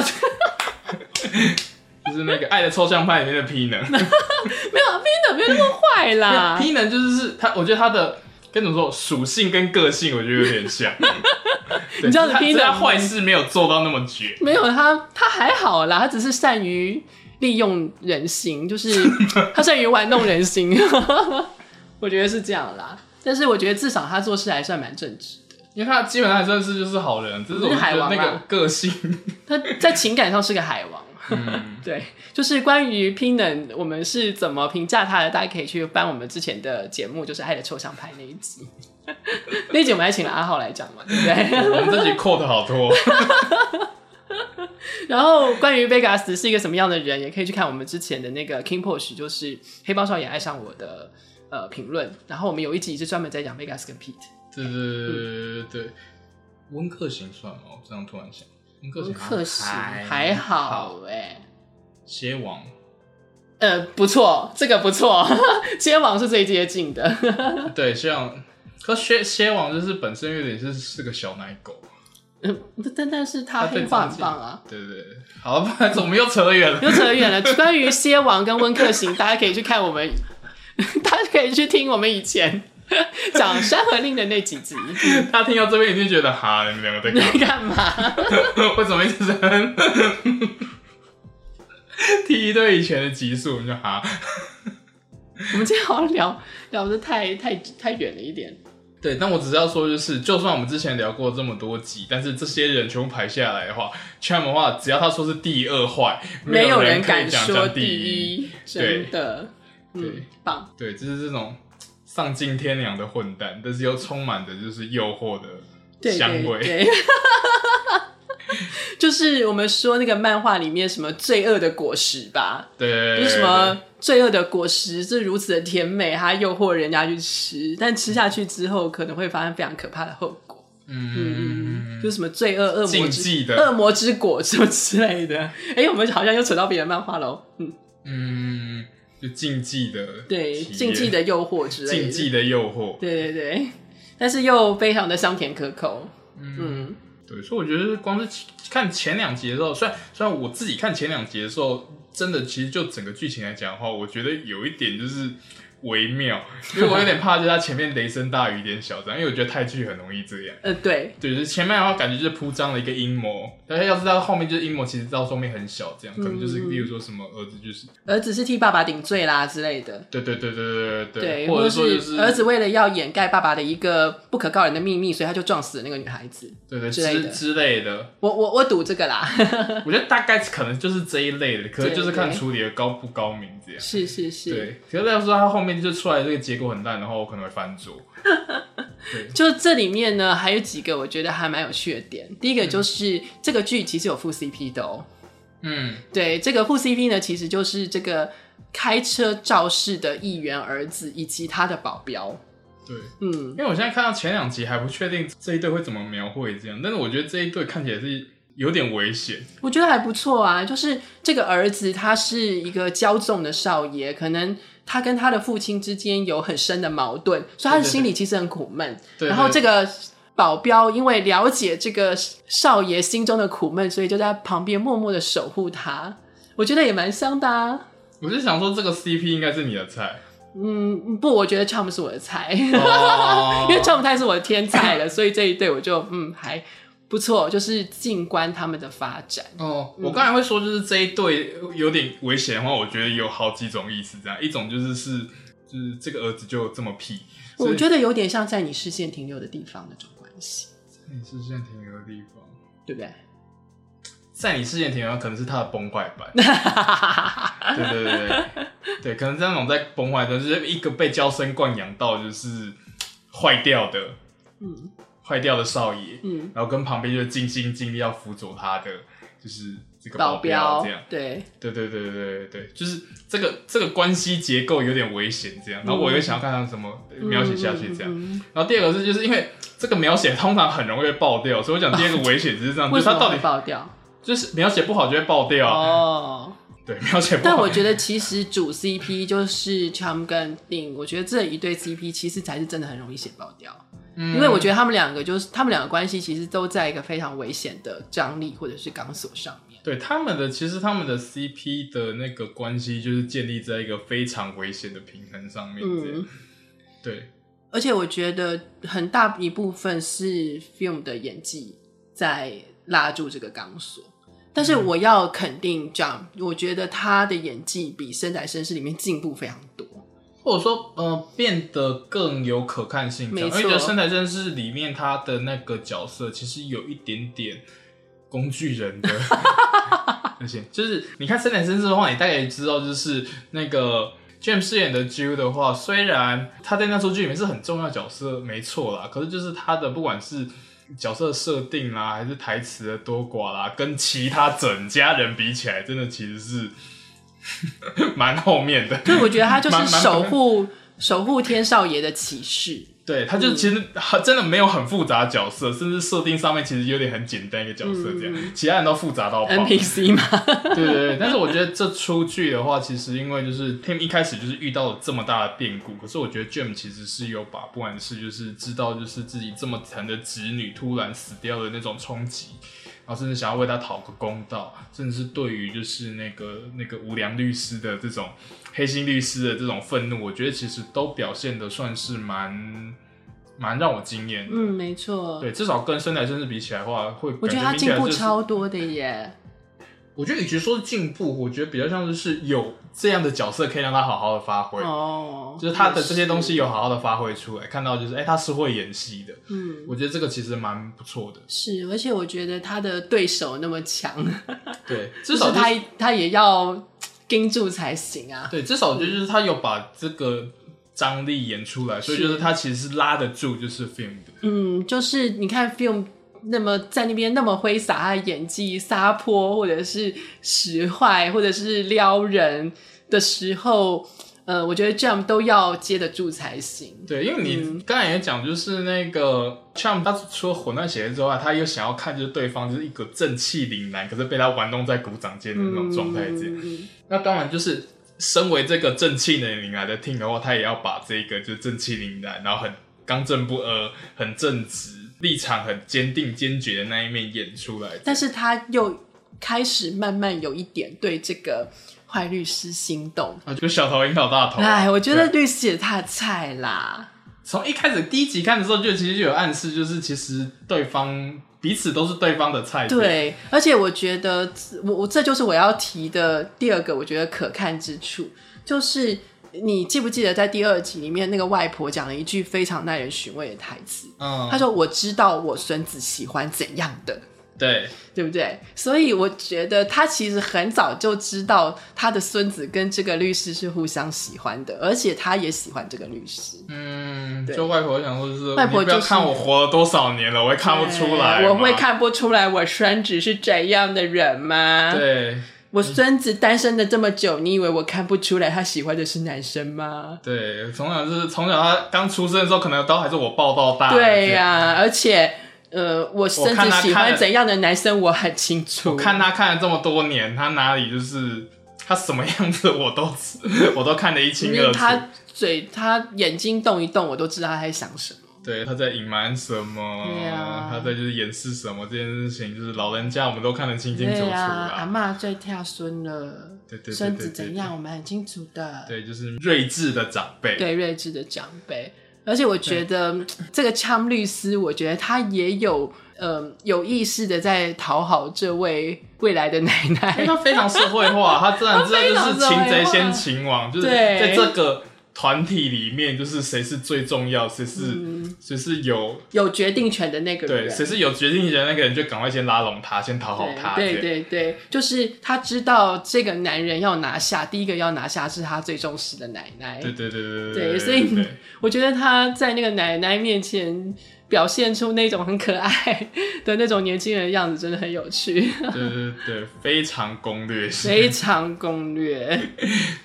就是那个《爱的抽象派》里面的 P 能。
没有 Pina 没有那么坏啦
P 能就是是他，我觉得他的跟怎么说属性跟个性，我觉得有点 像。对
你知道
只是他
P
只是他
能
坏事没有做到那么绝，
没有他，他还好啦，他只是善于利用人心，就是他善于玩弄人心， 我觉得是这样啦。但是我觉得至少他做事还算蛮正直，
因为他基本上还算是就是好人，只是我
是嗯海
觉得
王
那个
啊
个性，
他在情感上是个海王。
嗯，
对，就是关于 p i n n 我们是怎么评价他的，大家可以去翻我们之前的节目，就是《爱的抽象派》那一集。 那一集我们还请了阿浩来讲嘛，对不对？
我们自己 quote 好多。
然后关于 Vegas 是一个什么样的人，也可以去看我们之前的那个 King Posh，就是《黑帮少爷爱上我的》呃评论。然后我们有一集是专门在讲 Vegas 跟 Pete。
对对对对对对，温克型算吗？我这样突然想，温克型好像
可惜还
还
好哎、
蝎王，
呃，不错，这个不错， 街网是最接近的。
对蝎王，可蝎蝎王就是本身有点是是个小奶狗，
但但是他
对
黑化很棒啊。！
对对对，好，不然怎么又扯远了？
又扯远了。关于蝎王跟温客行，大家可以去看我们， 大家可以去听我们以前讲《山河令》的那几集。
他听到这边一定觉得哈，你们两个在
你
干嘛
在干嘛？
为什么一直在那边 踢一堆以前的集数？我们就哈。
我们今天好像聊聊的太太太远了一点。
对，但我只是要说，就是就算我们之前聊过这么多集，但是这些人全部排下来的话 c h a m 的话，只要他说是第二坏，
没有
人
人
可以
敢
讲
说
讲第一。
一，真的，嗯
对，
棒。
对，就是这种丧尽天良的混蛋，但是又充满着就是诱惑的
对
香味。
对对， 就是我们说那个漫画里面什么罪恶的果实吧，
对
就是什么罪恶的果实是如此的甜美，它诱惑人家去吃，但吃下去之后可能会发生非常可怕的后果。
嗯，
就是什么罪恶恶魔
禁
之
忌的，
恶魔之果什么之类的。哎、我们好像又扯到别的漫画喽。嗯，
嗯，就禁忌的，
对，禁忌，的诱惑之类的。
禁忌的诱惑。
对对对，但是又非常的香甜可口。嗯，
对，所以我觉得光是看前两集的时候，虽然虽然我自己看前两集的时候，真的其实就整个剧情来讲的话，我觉得有一点就是微妙，因为我有点怕，就是它前面雷声大雨点小这样，因为我觉得泰剧很容易这样。
呃，对，
对，就是前面的话感觉就是铺张了一个阴谋，但是要知道后面就是阴谋，其实到后面很小，这样可能就是
嗯
例如说什么儿子就是
儿子是替爸爸顶罪啦之类的。
对对对对对对
对，
或
或
者
者
说就是
儿子为了要掩盖爸爸的一个不可告人的秘密，所以他就撞死了那个女孩子。
对对
之类
之
的
之类的，
我我我赌这个啦，
我觉得大概可能就是这一类的，可能就是看
对对
处理的高不高明这样。
是是是，
对，可是要说他后面就出来这个结果很烂的话，我可能会翻桌。
就这里面呢，还有几个我觉得还蛮有趣的点。第一个就是、这个剧其实有副 CP 的哦，
嗯，
对，这个副 CP 呢，其实就是这个开车肇事的议员儿子以及他的保镖。
对，
嗯，
因为我现在看到前两集还不确定这一对会怎么描绘这样，但是我觉得这一对看起来是有点危险。
我觉得还不错啊。就是这个儿子他是一个骄纵的少爷，可能他跟他的父亲之间有很深的矛盾，所以他的
对对
心里其实很苦闷。
对
然后
对
这个保镖因为了解这个少爷心中的苦闷，所以就在旁边默默的守护他。我觉得也蛮香的啊。
我就想说这个 CP 应该是你的菜，
嗯，不，我觉得 Chum 是我的菜，
哦
因为 Chum 太是我的天菜了，所以这一对我就嗯还不错，就是静观他们的发展。
哦，我刚才会说，就是这一对有点危险的话，我觉得有好几种意思。这样，一种就是是就是这个儿子就这么屁，
我觉得有点像在你视线停留的地方那种关系，
得你视线停留的地方，
对不对？
在你视线停留的地方可能是他的崩坏 版，对对对对对，可能这种在崩坏的，就是一个被娇生惯养到就是坏掉的
嗯
坏掉的少爷，
嗯，
然后跟旁边就是尽心尽力要辅佐他的就是这个
保
镖
镖
这样。
对，
对对对对对对，就是这个这个关系结构有点危险，这样。然后我又想要看他怎么描写下去，这样。
嗯嗯。嗯嗯嗯
然后第二个是，就是因为这个描写通常很容易会爆掉，嗯所以我讲第二个危险就是这样，就
为
是
什
他
么
到
会
底
爆掉？
就是描写不好就会爆掉。啊
哦，
对，描写不
但
好
我。觉得其实主 CP 就是 Chum 跟 Ding，我觉得这一对 CP 其实才是真的很容易写爆掉，
嗯
因为我觉得他们两个就是他们两个关系其实都在一个非常危险的张力或者是钢索上面。
对他们的其实他们的 CP 的那个关系就是建立在一个非常危险的平衡上面。
嗯，
对，
而且我觉得很大一部分是 Film 的演技在拉住这个钢索。但
嗯
是我要肯定 Jump，我觉得他的演技比《生来生世》里面进步非常多。
或者说呃变得更有可看性这样，
没
因
错
为觉得《身材真是里面他的那个角色其实有一点点工具 人的而且就是你看《生来真是的话，你大概也知道就是那个。James 饰演的 Jew 的话，虽然他在那出剧里面是很重要的角色，没错啦，可是就是他的不管是角色设定啦，还是台词的多寡啦，跟其他整家人比起来，真的其实是 蛮后面的。
所以我觉得他就是
蛮蛮
守护守护天少爷的骑士。
对，他就其实很真的没有很复杂的角色，甚至设定上面其实有点很简单一个角色这样，其他人都复 杂到爆。
NPC 嘛，
对对对，但是我觉得这出剧的话，其实因为就是 Tim 一开始就是遇到了这么大的变故，可是我觉得 Jim 其实是有把不管是就是知道就是自己这么疼的侄女突然死掉的那种冲击，然后甚至想要为她讨个公道，甚至是对于就是那个那个无良律师的这种黑心律师的这种愤怒，我觉得其实都表现的算是蛮蛮让我惊艳的。
嗯，没错。
对，至少跟身材甚至比起来的话，会
我觉得
感
他
明显
进步
就是
超多的耶。
我觉得与其说是进步，我觉得比较像是是有这样的角色可以让他好好的发挥，
哦，
就是他的这些东西有好好的发挥出来，看到就是哎、他是会演戏的，
也是，嗯，
我觉得这个其实蛮不错的。
是，而且我觉得他的对手那么强，
对，至
就是
少就是
他他也要盯住才行啊。
对，至少就是他有把这个张力演出来，所以就是他其实是拉得住就是 film 的。
嗯，就是你看 film 那么在那边那么挥洒他的演技、撒泼，或者是使坏，或者是撩人的时候，呃，我觉得这样都要接得住才行。
对，因为
嗯
你刚才也讲，就是那个 Chum 他除了混乱血液之外，他又想要看就是对方就是一个正气凛然，可是被他玩弄在鼓掌间的那种状态这样。
嗯
那当然就是身为这个正气凛然的 team 的话，他也要把这个就是正气凛然，然后很刚正不阿、很正直、立场很坚定、坚决的那一面演出来。
但是他又开始慢慢有一点对这个坏律师心动。
啊，就小头引导大头啊、
哎，我觉得
对
律师也太菜啦。
从一开始第一集看的时候，就其实就有暗示，就是其实对方彼此都是对方的菜。，
对，而且我觉得我我这就是我要提的第二个，我觉得可看之处就是你记不记得在第二集里面那个外婆讲了一句非常耐人寻味的台词，
嗯，
她说：“我知道我孙子喜欢怎样的。”
对，
对不对？所以我觉得他其实很早就知道他的孙子跟这个律师是互相喜欢的，而且他也喜欢这个律师。
嗯，
对
就外婆想说，就是
外婆
你不要
就是
看我活了多少年了，我也看不出来，
哎我会。看不出来我孙子是怎样的人吗？
对
我孙子单身了这么久，你以为我看不出来他喜欢的是男生吗？
对，从小就是从小他刚出生的时候，可能都还是我抱到大。
对呀、而且呃，我孙
啊我看
子
他
喜
看
欢
了
怎样的男生我很清楚。
我看他看了这么多年，他哪里就是他什么样子我都我都看得一清
因
二
为
楚。
他嘴他眼睛动一动，我都知道他在想什么。
对，他在隐瞒什么？
对啊
他在就是掩饰什么这件事情，就是老人家我们都看得清清楚楚
对呀、
啦。
阿嬷最跳孙了，
对啊对对对
孙子
对
怎
对
样我们很清楚的。
对，就是睿智的长辈。
对睿智的长辈。而且我觉得嗯这个枪律师，我觉得他也有呃有意识的在讨好这位未来的奶
因为
奶。
他非常社会化，他自然知道就是擒贼先擒王，就是
对
在这个团体里面，就是谁是最重要，谁
嗯
是谁是有
有决定权的那个人
对，。谁是有决定权的那个人，就赶快先拉拢他，先讨好他。这
对
样
对对，就是他知道这个男人要拿下，第一个要拿下是他最重视的奶奶。
对对对对
对
对，
所以
对
我觉得他在那个奶奶面前表现出那种很可爱的那种年轻人的样子，真的很有趣，
对对对，非常攻略性，
非常攻略，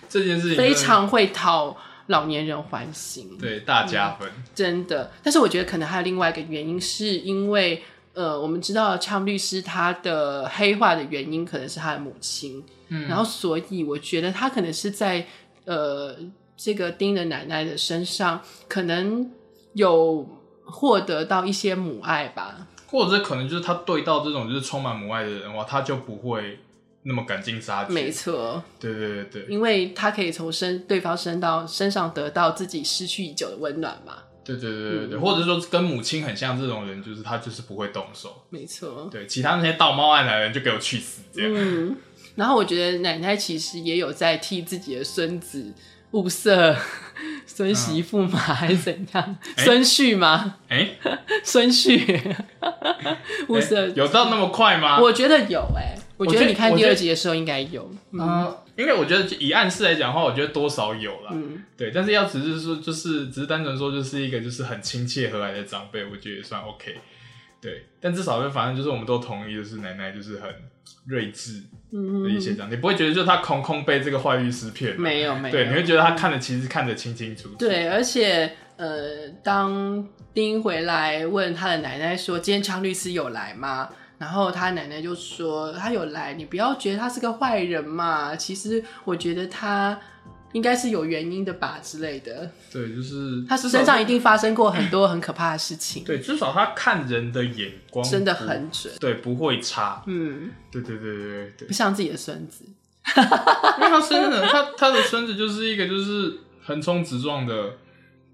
这件事情真
非
的
常会讨老年人欢心。
对大加分。
真的。但是我觉得可能还有另外一个原因，是因为呃，我们知道昌律师他的黑化的原因可能是他的母亲，
嗯
然后所以我觉得他可能是在呃这个丁的奶奶的身上，可能有获得到一些母爱吧。
或者是可能就是他对到这种就是充满母爱的人的话，他就不会那么赶尽杀绝。
没，错，
对对对对
因为他可以从身对方身到身上得到自己失去已久的温暖嘛。
对对对对对，
嗯
或者是说跟母亲很像这种人，就是他就是不会动手。
没错，
对，其他那些道貌岸然的人就给我去死这样。
嗯。然后我觉得奶奶其实也有在替自己的孙子物色 孙媳妇嘛，还是怎样？
哎
孙婿吗？
哎、
孙 婿物色
哎有到那么快吗？
我觉得有哎、我觉
我觉
得
得
你看第二集的时候应该有，嗯
啊、因为我觉得以暗示来讲的话，我觉得多少有啦。
嗯，
对，但是要只是说，就是只是单纯说，就是一个就是很亲切和蔼的长辈，我觉得也算 OK。对，但至少就反正就是我们都同意，就是奶奶就是很睿智的一些这样，你不会觉得就她空空被这个坏律师骗嘛，
嗯没有没有，
对，你会觉得她看的其实看得清清楚楚。
对，而且呃，当丁回来问他的奶奶说：“今天昌律师有来吗？”然后他奶奶就说：“他有来，你不要觉得他是个坏人嘛，其实我觉得他应该是有原因的吧之类的，
对，就是
他
至
身
少
上一定发生过很多很可怕的事情，
对，至少她看人的眼光
真的
不
很准，
对，不会差。
嗯，
对对对对对对
不，像自己的孙子，
因为他孙子，他他的孙子就是一个就是横冲直撞的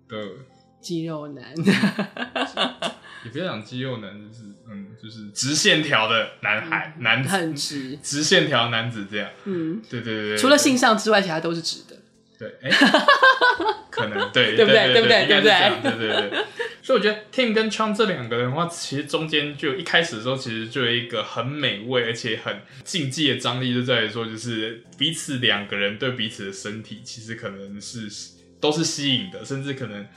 的。
肌肉男。”
也不要讲肌肉男，就是嗯，就是直线条的男孩、男子，
嗯 很直，
直线条男子这样。
嗯，
对对对对，
除了性向之外，其他都是直的。
对， 哎、可能对，
对不对
对
对不对
应该是这样对对对。 所以我觉得 Tim 跟 Chang 这两个人的话，其实中间就一开始的时候，其实就有一个很美味而且很竞技的张力，就在于说，就是彼此两个人对彼此的身体，其实可能是都是吸引的，甚至可能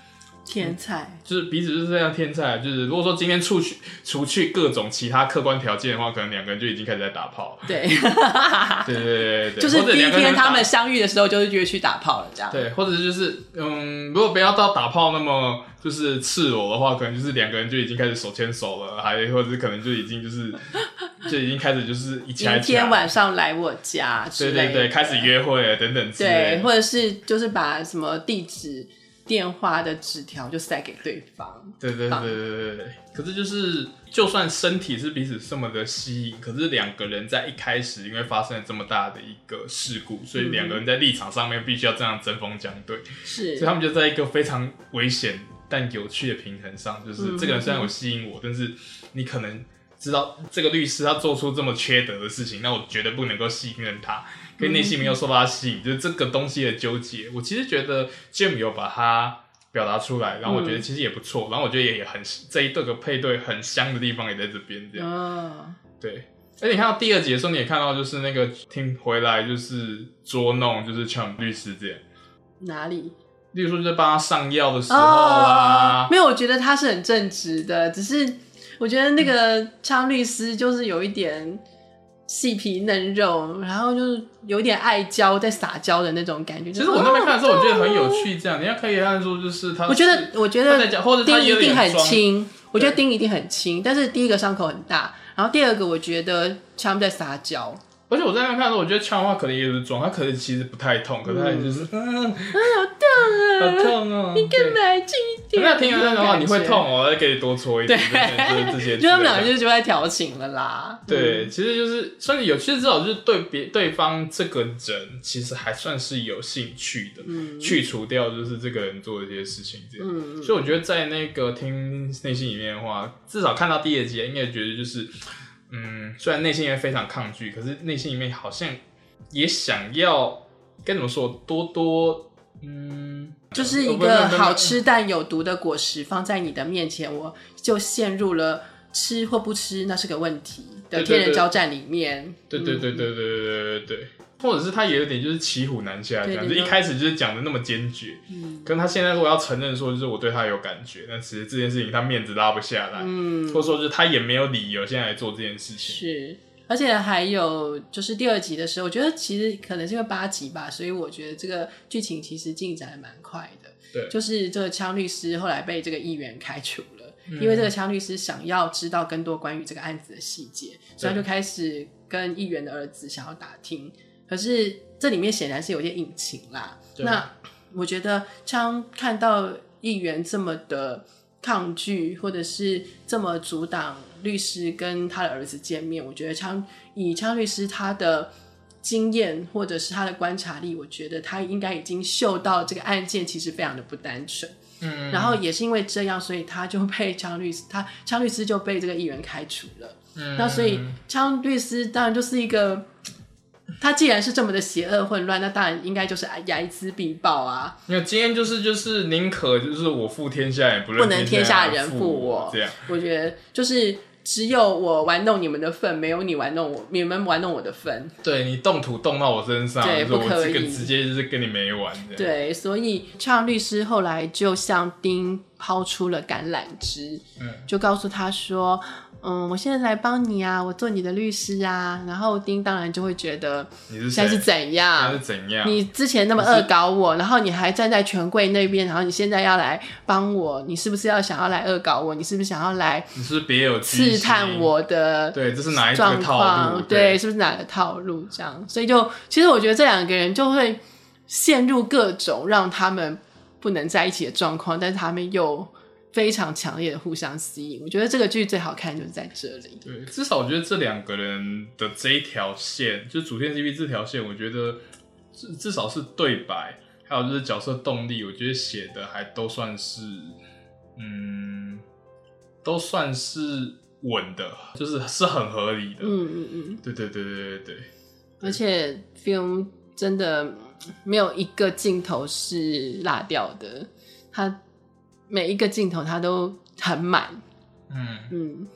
天才，
就是彼此就是这样天才，就是如果说今天除去除去各种其他客观条件的话，可能两个人就已经开始在打炮。
对，
对对对对对，
啊就是
或者
第一
两个人
天
打
他们相遇的时候，就是约去打炮了，这样。
对，或者就是嗯，如果不要到打炮那么就是赤裸的话，可能就是两个人就已经开始手牵手了，还或者是可能就已经就是 就已经开始就是一起来
明天晚上来我家之
对
类
对对，
的，
开始约会了等等之类
对，
的。
或者是就是把什么地址、电话的纸条就塞给对方。
对对对对对对。可是就是，就算身体是彼此这么的吸引，可是两个人在一开始因为发生了这么大的一个事故，所以两个人在立场上面必须要这样针锋相对，
是
所以，他们就在一个非常危险但有趣的平衡上，
嗯
就是这个人虽然有吸引我，但是你可能知道这个律师他做出这么缺德的事情，那我绝对不能够信任他，跟内心没有受到他吸
嗯
引，就是这个东西的纠结。我其实觉得 Jim 有把它表达出来，然后我觉得其实也不
嗯
错，然后我觉得也很这一对个配对很香的地方也在这边，这样、
嗯，
对。而且你看到第二集的时候，你也看到就是那个 Tim 回来就是捉弄，就是 Chum 律师这样。
哪里？
例如说，就是帮他上药的时候啊，
没有，我觉得他是很正直的，只是我觉得那个昌律师就是有一点细皮嫩肉，然后就是有一点爱娇在撒娇的那种感觉。
其实
就是
我那边看的时候，我觉得很有
哦
趣。这样，你要可以按说，就是他，
我觉得，我觉
他在
得
讲，或者他
丁
有
一定
点
很
装，
轻，我觉得
对
丁一定很轻，但是第一个伤口很大，然后第二个我觉得他们在撒娇，
而且我在那边看的时候，我觉得枪的话可能也是装，他可能其实不太痛，可是他也就是
啊
嗯，好痛啊，好痛哦，你
更来近一点。
那听完那
的
种话，你会痛，哦，我再给你多戳一点，就是这些之类的，
就嗯他们两个就就在调情了啦。
对，其实就是算是有，其实至少就是对别对方这个人，其实还算是有兴趣的，去除掉就是这个人做的一些事情这样。
嗯
所以我觉得在那个听内心里面的话，至少看到第二集，应该觉得就是，嗯，虽然内心里面非常抗拒，可是内心里面好像也想要该怎么说，多多嗯，
就是一
不不
个
不不
好吃但有毒的果实放在你的面前，我就陷入了吃或不吃那是个问题的
对对
天人
对
交战里面。
对对对对对对对对对，或者是他也有点就是骑虎难下这样，就
对对
一开始就是讲的那么坚决，嗯，跟他现在如果要承认说就是我对他有感觉，但其实这件事情他面子拉不下来，
嗯，
或者说就是他也没有理由现在来做这件事情，
是，而且还有就是第二集的时候，我觉得其实可能是因为八集吧，所以我觉得这个剧情其实进展得蛮快的。
对
就是这个枪律师后来被这个议员开除了，因为这个枪律师想要知道更多关于这个案子的细节，所以他就开始跟议员的儿子想要打听。可是这里面显然是有些隐情啦。
对
那我觉得枪看到议员这么的抗拒，或者是这么阻挡律师跟他的儿子见面，我觉得枪以枪律师他的。经验或者是他的观察力，我觉得他应该已经嗅到这个案件其实非常的不单纯。
嗯，
然后也是因为这样，所以他就被枪律师，他枪律师就被这个议员开除了。
嗯
那所以枪律师当然就是一个，他既然是这么的邪恶混乱，那当然应该就是睚眦必报啊。
没有今天就是就是宁可就是我负天下也不认
不能
天
天下人负
负
我
这样。
我觉得就是只有我玩弄你们的份，没有你玩弄我，你们玩弄我的份。
对你动土动到我身上，就
对
是
不
我
可
这个
以
直接就是跟你没完这样。
对，所以唱律师后来就向丁抛出了橄榄枝，
嗯
就告诉他说：“嗯，我现在来帮你啊，我做你的律师啊。”然后丁当然就会觉得
你是谁
现在是怎
他
样
是？怎样？
你之前那么恶搞我，然后你还站在权贵那边，然后你现在要来帮我，你是不是要想要来恶搞我？你是不是想要来
你是不是别有居
刺
心
探？我的
对，这是哪一
状
个套
况
路？，
对，，是不是哪个套路这样？所以就其实我觉得这两个人就会陷入各种让他们不能在一起的状况，但是他们又非常强烈的互相吸引。我觉得这个剧最好看就是在这里。
对，至少我觉得这两个人的这一条线，就主线 CP 这条线，我觉得至至少是对白，还有就是角色动力，我觉得写的还都算是，嗯，都算是稳的，就是是很合理的。
嗯嗯嗯，
对对对对对对，
而且 film 真的没有一个镜头是落掉的，它每一个镜头它都很满，
嗯，
嗯，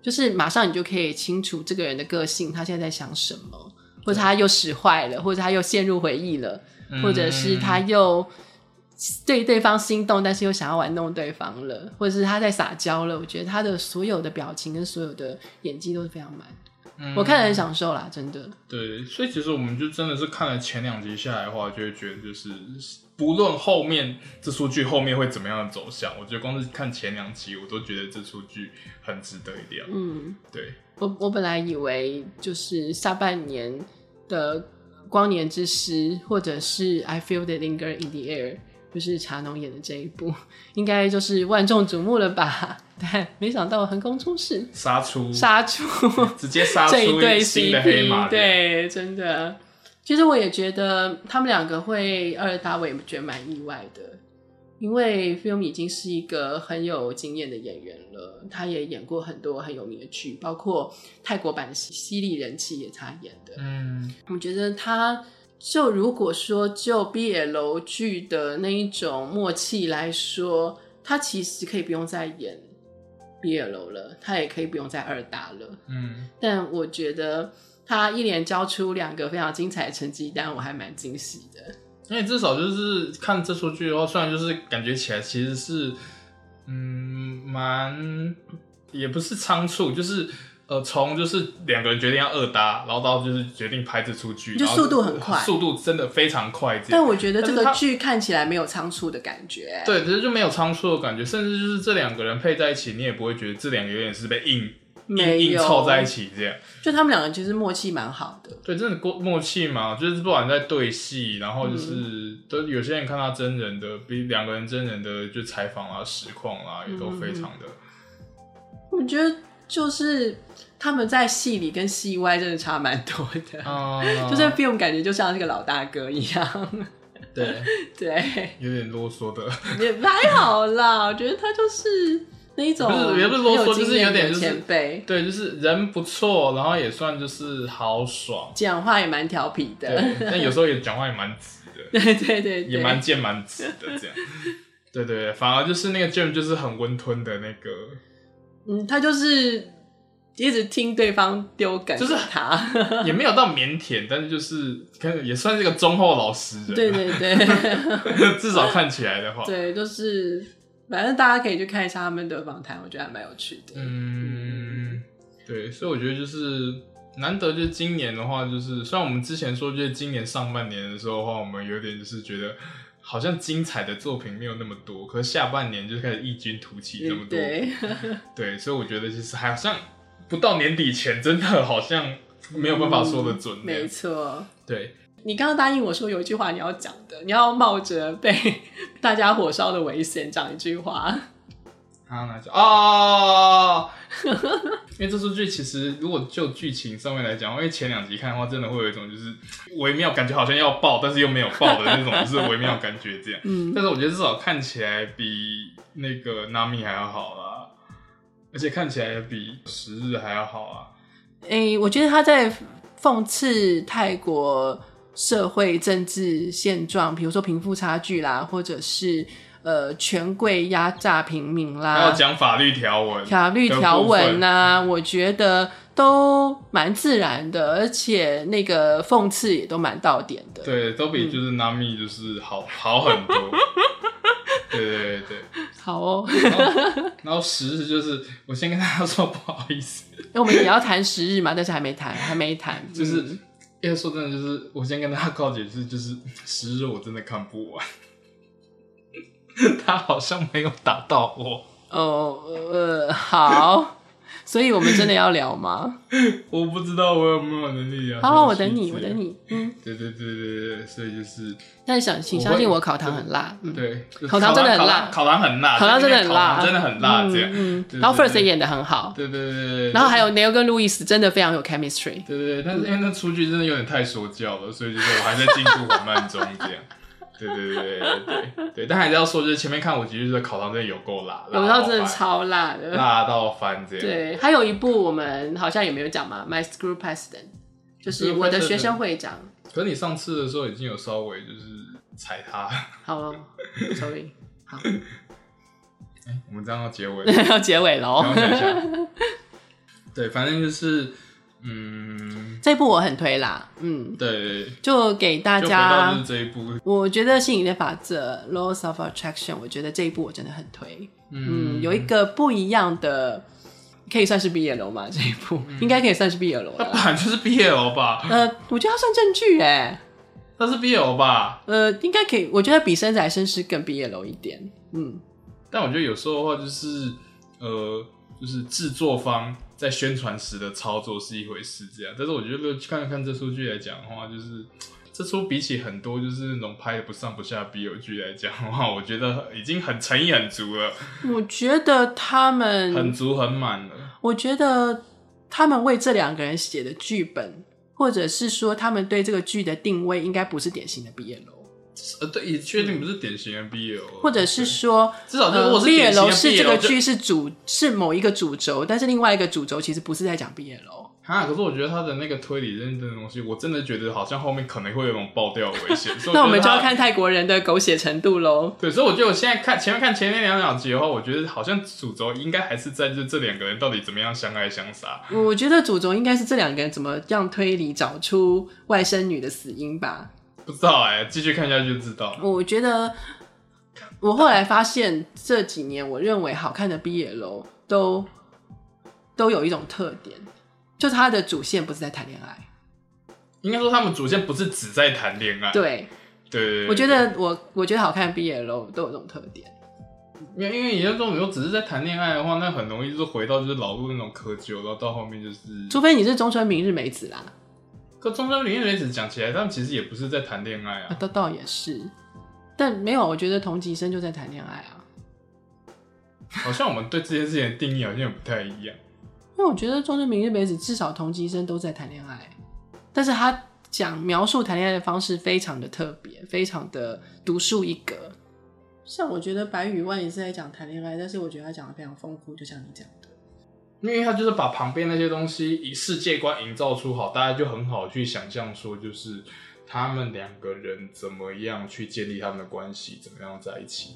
就是马上你就可以清楚这个人的个性，他现在在想什么，或者他又使坏了，或者他又陷入回忆了，
嗯
或者是他又对对方心动，但是又想要玩弄对方了，或者是他在撒娇了。我觉得他的所有的表情跟所有的演技都是非常满，
嗯
我看得很享受啦，真的。
对，所以其实我们就真的是看了前两集下来的话，就会觉得就是不论后面这出剧后面会怎么样的走向，我觉得光是看前两集，我都觉得这出剧很值得一聊。
嗯，
对，
我我本来以为就是下半年的光年之诗，或者是 I Feel the Linger in the Air，就是茶农演的这一部，应该就是万众瞩目了吧？ 但没想到横空出世，
杀出
杀出
直接杀出
这一对
新的黑马，
CP，，对，真的。其实我也觉得他们两个会二搭，我也觉得蛮意外的，因为 Film 已经是一个很有经验的演员了，他也演过很多很有名的剧，包括泰国版的《犀犀利人气》也是他演的。
嗯，
我觉得他就如果说就 BL 剧的那一种默契来说，他其实可以不用再演 BL 了，他也可以不用再二搭了。
嗯，
但我觉得他一连交出两个非常精彩的成绩单，我还蛮惊喜的。
因为至少就是看这出剧的话，虽然就是感觉起来其实是，嗯，蛮也不是仓促，就是呃，从就是两个人决定要二搭，然后到就是决定拍这出剧，
就
然后
速度很快
速度真的非常快这
但
样。
我觉得这
但是
个
他
剧看起来没有仓促的感觉。
对，只是就没有仓促的感觉，甚至就是这两个人配在一起，你也不会觉得这两个有点是被硬硬
没
硬
有
凑在一，起这样。
就他们两个其实默契蛮好的。
对，真的过默契嘛，就是不管在对戏，然后就是、
嗯
都有些人看他真人的，比两个人真人的就采访啊、实况啊，也都非常的，
我觉得就是他们在戏里跟戏外真的差蛮多的，
啊，
嗯 就是 film 感觉就像这个老大哥一样。
对，
对，
有点啰嗦的，
也还好啦。我觉得他就是那一种
不是也不是啰嗦
很有经
就是有点
验的
就是
前辈，
对，就是人不错，然后也算就是豪爽，
讲话也蛮调皮的
对。，但有时候也讲话也蛮直的，
对对对对，
也蛮贱蛮直的 这样，对对对，反而就是那个 Jim 就是很温吞的那个，
嗯，他就是一直听对方丢梗，
就是
他，
也没有到腼腆，但是就是可能也算是个忠厚老实人，啊
对，对对
至少看起来的话，
对，就是反正大家可以去看一下他们的访谈，我觉得还蛮有趣的。
嗯，对，所以我觉得就是难得，就是今年的话，就是虽然我们之前说，就是今年上半年的时候的话，我们有点就是觉得好像精彩的作品没有那么多，可是下半年就开始异军突起这么多，
嗯对，
对，所以我觉得其实好像不到年底前，真的好像没有办法说的准、
嗯没错。
对，
你刚刚答应我说有一句话你要讲的，你要冒着被 大家火烧的危险讲一句话。
啊，那就哦， 因为这出剧其实如果就剧情上面来讲，因为前两集看的话，真的会有一种就是微妙感觉，好像要爆，但是又没有爆的那种，就是微妙感觉这样。
嗯，
但是我觉得至少看起来比那个 Nami 还要好啦，而且看起来比十日还要好啊。
诶、我觉得他在讽刺泰国社会政治现状，比如说贫富差距啦，或者是呃权贵压榨平民
还有
啦，
讲法律条文，
法律啊条文呐、我觉得都蛮自然的，而且那个讽刺也都蛮到点的。
对，都比就是 Nami 就是好好很多。对对对对，
好哦，
然后然后十日就是我先跟大家说不好意思，
因哎为我们也要谈时日嘛，但是还没谈，还没谈，
就是
嗯
因为说真的，就是我先跟大家告解释，就是十日我真的看不完，他好像没有打到我，
哦呃好， 所以我们真的要 聊吗？
我不知道我有没有能力啊。
好，哦我等你，我等
你。
你，嗯。
对对对对对对，所以就是
但是想，请
我
相信
会
我，烤糖很辣，嗯，
对，就是
烤肠真的很
烤
辣
肠烤肠很辣，
烤糖真的很辣，
烤肠真的很辣，这样。
嗯，
对
嗯然后
对
First 也演的很好，
对对对对对，
然后还有 Neil 跟 Louis 真的非常有 chemistry，
对对对，但是因为那出剧真的有点太说教了，所以就是我还在进度缓慢中这样。对对对对对对，但还是要说，就是前面看我其实就是烤肠真的有够辣，
我
辣
知道真的
到翻
超辣的。
辣到翻这样。
对，还有一部我们好像也没有讲嘛，《My School President》，就是我的学生会长。
可是你上次的时候已经有稍微就是踩他，
好哦，sorry，好，
我们这样要结尾了，
要结尾
然
了
后想一
哦。
下。对，反正就是嗯，
这部我很推啦，嗯，
对，
就给大
就回到
家
就是这一部，
我觉得《吸引力的法则》（Laws of Attraction），我觉得这一部我真的很推。嗯，有一个不一样的，可以算是 BL 吗？这一部、
嗯
应该可以算是 BL
它
了
本
啦。
来就是 BL 吧，
呃，我觉得它算正剧哎、
它是 BL 吧，
呃，应该可以。我觉得比生仔绅士更 BL 一点。嗯，
但我觉得有时候的话，就是呃，就是制作方在宣传时的操作是一回事，这样。但是我觉得看看这出剧来讲的话，就是这出比起很多就是那种拍的不上不下的 BL 剧来讲的话，我觉得已经很诚意很足了，
我觉得他
很
们，
足很满了。
我觉得他们为这两个人写的剧本，或者是说他们对这个剧的定位，应该不是典型的 BL，
呃，对，也确定不是典型的 BL，啊
或者是
对
说。呃
至少就是如果是典
BL
型的 BL，
是这个
就
剧是主是某一个主轴，但是另外一个主轴其实不是在讲 BL，
啊，可是我觉得他的那个推理认真的东西，我真的觉得好像后面可能会有那种爆掉的危险。所以
那我
觉
们
得
就要
他
看泰国人的狗血程度喽。
对，所以我觉得我现在看前面看前面两两集的话，我觉得好像主轴应该还是在就是这两个人到底怎么样相爱相杀。
我觉得主轴应该是这两个人怎么样推理找出外甥女的死因吧。
不知道哎、继续看下去就知道了。
我觉得我后来发现这几年我认为好看的 BL 都都有一种特点，就它的主线不是在谈恋爱。
应该说他们主线不是只在谈恋爱，
对，
对对，对
我觉，得我我觉得好看的 BL 都有这种特点。
因为因为有些时候你说只是在谈恋爱的话，那很容易就是回到就是老路那种窠臼，然后到后面就是。
除非你是中村明日美子啦，
可中村明月子讲起来，他们其实也不是在谈恋爱
啊
啊，，
倒倒也是，但没有，我觉得同级生就在谈恋爱啊，
好像我们对这件事情的定义好像也不太一样。
因为我觉得中村明日美子至少同级生都在谈恋爱，但是他讲描述谈恋爱的方式非常的特别，非常的独树一格。像我觉得白宇万也是在讲谈恋爱，但是我觉得他讲的非常丰富，就像你讲的，
因为他就是把旁边那些东西以世界观营造出好，大家就很好去想象说，就是他们两个人怎么样去建立他们的关系，怎么样在一起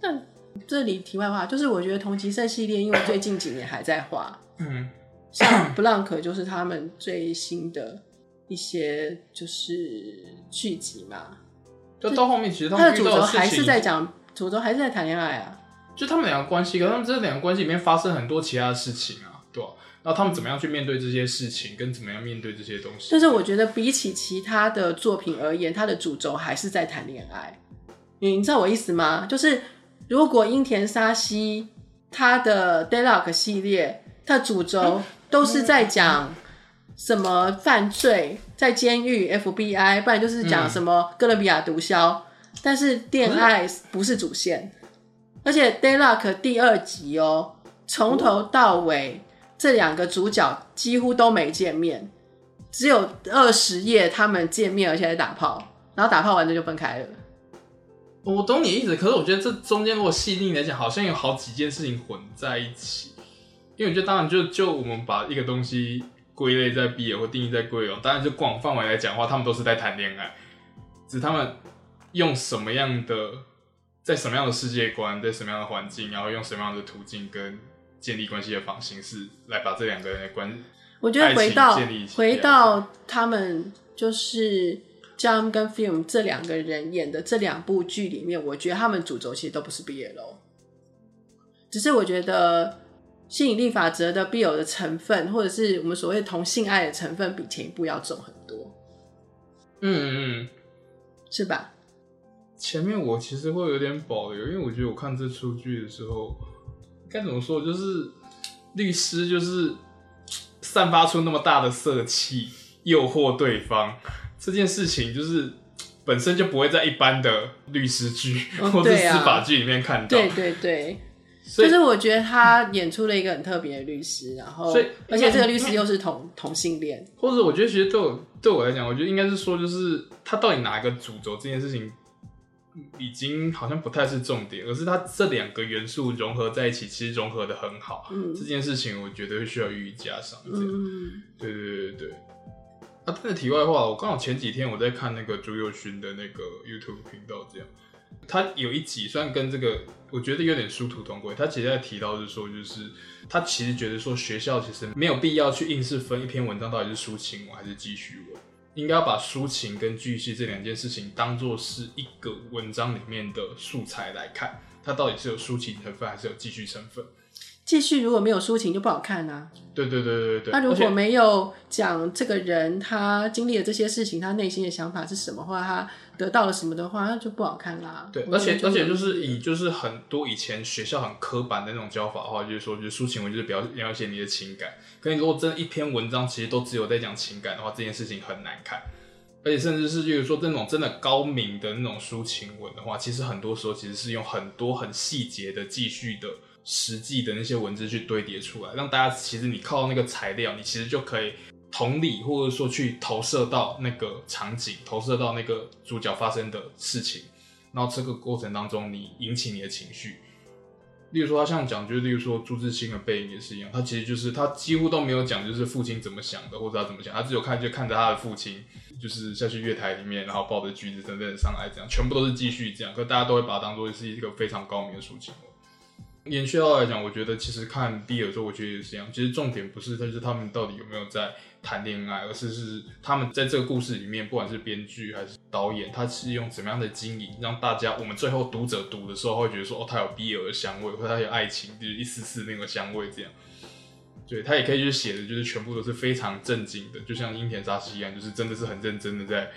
这样。
这里题外话，就是我觉得同级生系列，因为最近几年还在画，
嗯，
像 Blank 就是他们最新的一些就是剧集嘛，
就到后面其实他
他
们
的
遇
主
到
轴
的事
还是
情，
在讲，主轴还是在谈恋爱啊。
就他们两个关系，可他们这两个关系里面发生很多其他的事情啊，对吧、然后他们怎么样去面对这些事情，跟怎么样面对这些东西
但。是我觉得比起其他的作品而言，他的主轴还是在谈恋爱。你知道我意思吗？就是如果樱田沙希他的 Deluxe 系列，它的主
嗯
轴都是在讲什么犯罪，在监狱 FBI，不然就是
嗯
讲什么哥伦比亚毒枭，但是恋爱不是主线。而且 Deluxe 第二集哦，从头到尾、这两个主角几乎都没见面，只有二十页他们见面，而且还打炮，然后打炮完了就分开了。
我懂你意思，可是我觉得这中间如果细腻来讲，好像有好几件事情混在一起。因为我觉得，当然就就我们把一个东西归类在 BL 或定义在归哦，当然就广范围来讲的话，他们都是在谈恋爱，只是他们用什么样的，在什么样的世界观，在什么样的环境，然后用什么样的途径跟建立关系的方形式来把这两个人的关系。
我觉得回
爱
到
情建立起来
回到他们就是 Jump 跟 Film 这两个人演的这两部剧里面，我觉得他们主轴其实都不是 BL，只是我觉得吸引力法则的 BL 的成分，或者是我们所谓同性爱的成分，比前一部要重很多，
嗯嗯，
是吧？
前面我其实会有点保留，因为我觉得我看这出剧的时候，该怎么说，就是律师就是散发出那么大的色气，诱惑对方这件事情，就是本身就不会在一般的律师剧、
哦
或者
对
司
啊
法剧里面看到。
对对对，
所
就
以
是我觉得他演出了一个很特别的律师，然后
所以
而且这个律师又是同同性恋，
或者我觉得，其实对我对我来讲，我觉得应该是说，就是他到底哪一个主轴这件事情，已经好像不太是重点，而是他这两个元素融合在一起，其实融合的很好。
嗯
这件事情我觉得需要予以加上。这样，
嗯，
对对对对对。啊，但是题外话，我刚好前几天我在看那个朱佑勋的那个 YouTube 频道，这样，他有一集算跟这个，我觉得有点殊途同归。他其实在提到是说，就是他其实觉得说学校其实没有必要去硬是分一篇文章到底是抒情文还是记叙文，应该要把抒情跟记叙这两件事情当做是一个文章里面的素材来看，它到底是有抒情成分还是有记叙成分。
继续如果没有抒情就不好看啊。
对对对对对对。
那如
而且
果没有讲这个人他经历了这些事情，他内心的想法是什么，或者他得到了什么的话，那就不好看啦。
对，
啊我
而
觉
且
得
而且就是以就是很多以前学校很刻板的那种教法的话，就是说就是抒情文就是表描写你的情感，可你如果真的一篇文章其实都只有在讲情感的话，这件事情很难看。而且甚至是，就是说这种真的高明的那种抒情文的话，其实很多时候其实是用很多很细节的记叙的实际的那些文字去堆叠出来，让大家其实你靠那个材料，你其实就可以同理或者说去投射到那个场景，投射到那个主角发生的事情。然后这个过程当中，你引起你的情绪。例如说，他像讲，就是例如说朱自清的背影也是一样，他其实就是他几乎都没有讲，就是父亲怎么想的，或者他怎么想，他只有看就看着他的父亲，就是下去月台里面，然后抱着橘子等等上来，这样全部都是继续这样，可大家都会把它当做是一个非常高明的抒情文。延续到来讲，我觉得其实看 B 的时候，我觉得也是一样，其实重点不是就是他们到底有没有在谈恋爱，而是是他们在这个故事里面，不管是编剧还是导演，他是用怎么样的经营，让大家我们最后读者读的时候会觉得说，哦，他有 BL 的香味，或者他有爱情，就是一丝丝那个香味这样。对他也可以就是写的，就是全部都是非常正经的，就像樱田沙希一样，就是真的是很认真的在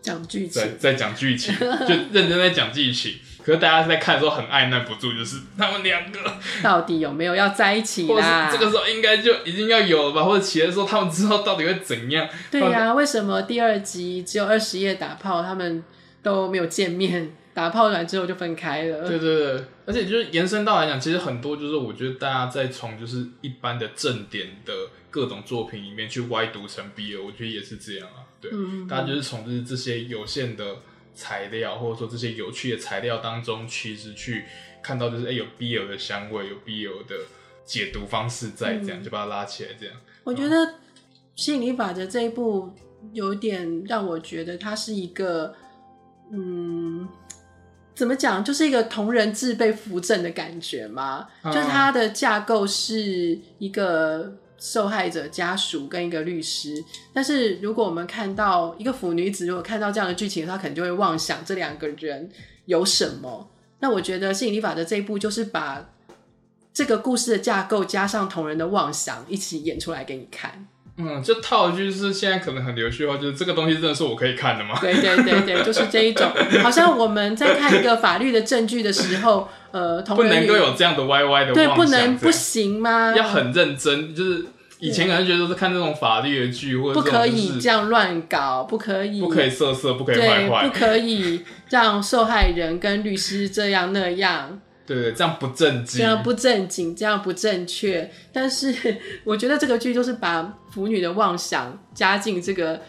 讲剧
在
情，
在讲剧情，就认真在讲剧情。可是大家在看的时候很按耐不住，就是他们两个
到底有没有要在一起
或者
啦？
是这个时候应该就已经要有了吧，或者起来的时候他们知道到底会怎样。
对呀、为什么第二集只有二十页打炮，他们都没有见面？打炮完之后就分开了。
对对对，而且就是延伸到来讲，其实很多就是我觉得大家在从就是一般的正点的各种作品里面去歪读成 BL，我觉得也是这样啊。对，
嗯
大家就是从就是这些有限的材料，或者说这些有趣的材料当中，其实去看到就是哎、有 BL 的香味，有 BL 的解读方式在这样，就把它拉起来这样。
我觉得《吸引力法则》这一部有点让我觉得它是一个，嗯，怎么讲，就是一个同人志被扶正的感觉嘛。
嗯
就是它的架构是一个受害者家属跟一个律师，但是如果我们看到一个腐女子，如果看到这样的剧情，她可能就会妄想这两个人有什么。那我觉得《吸引力法则》这一部就是把这个故事的架构加上同人的妄想一起演出来给你看。
嗯，就套一句就是现在可能很流行的话，就是这个东西真的是我可以看的吗？
对对对对，就是这一种，好像我们在看一个法律的证据的时候，呃，同
不
人
能
也
够有这样的歪歪的
对，
妄想，
不能
这
不啊
样
行吗？
要很认真，就是以前可能觉得都是看这种法律的剧或者
不
这种
可
就
以
是
这样乱搞，不可以，
不可以色色，不可以坏
对，
坏
不，可以让受害人跟律师这样那样，
对对，这样不正
这
经。
样不正经，这样不正确。但是我觉得这个剧就是把腐女的妄想加进这个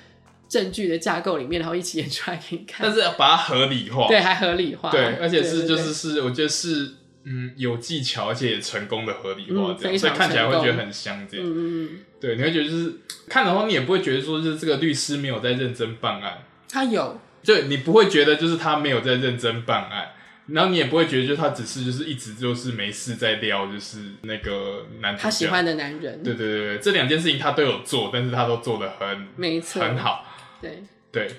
证据的架构里面，然后一起演出来给你看
但，是要把它合理化，
对，还合理化，
对，而且是
对对
就
对
是是，我觉得是嗯有技巧，而且也成功的合理化
嗯
这样，
非
所以
常
看起来
成
会
功
觉得很香这样。
嗯嗯嗯，
对，你会觉得就是看的话，你也不会觉得说就是这个律师没有在认真办案，
他有。
就你不会觉得就是他没有在认真办案。然后你也不会觉得，就他只是就是一直就是没事在撩，就是那个男主角。
他喜欢的男人，
对对对对，这两件事情他都有做，但是他都做的很
没错，
很，好。
对，
对，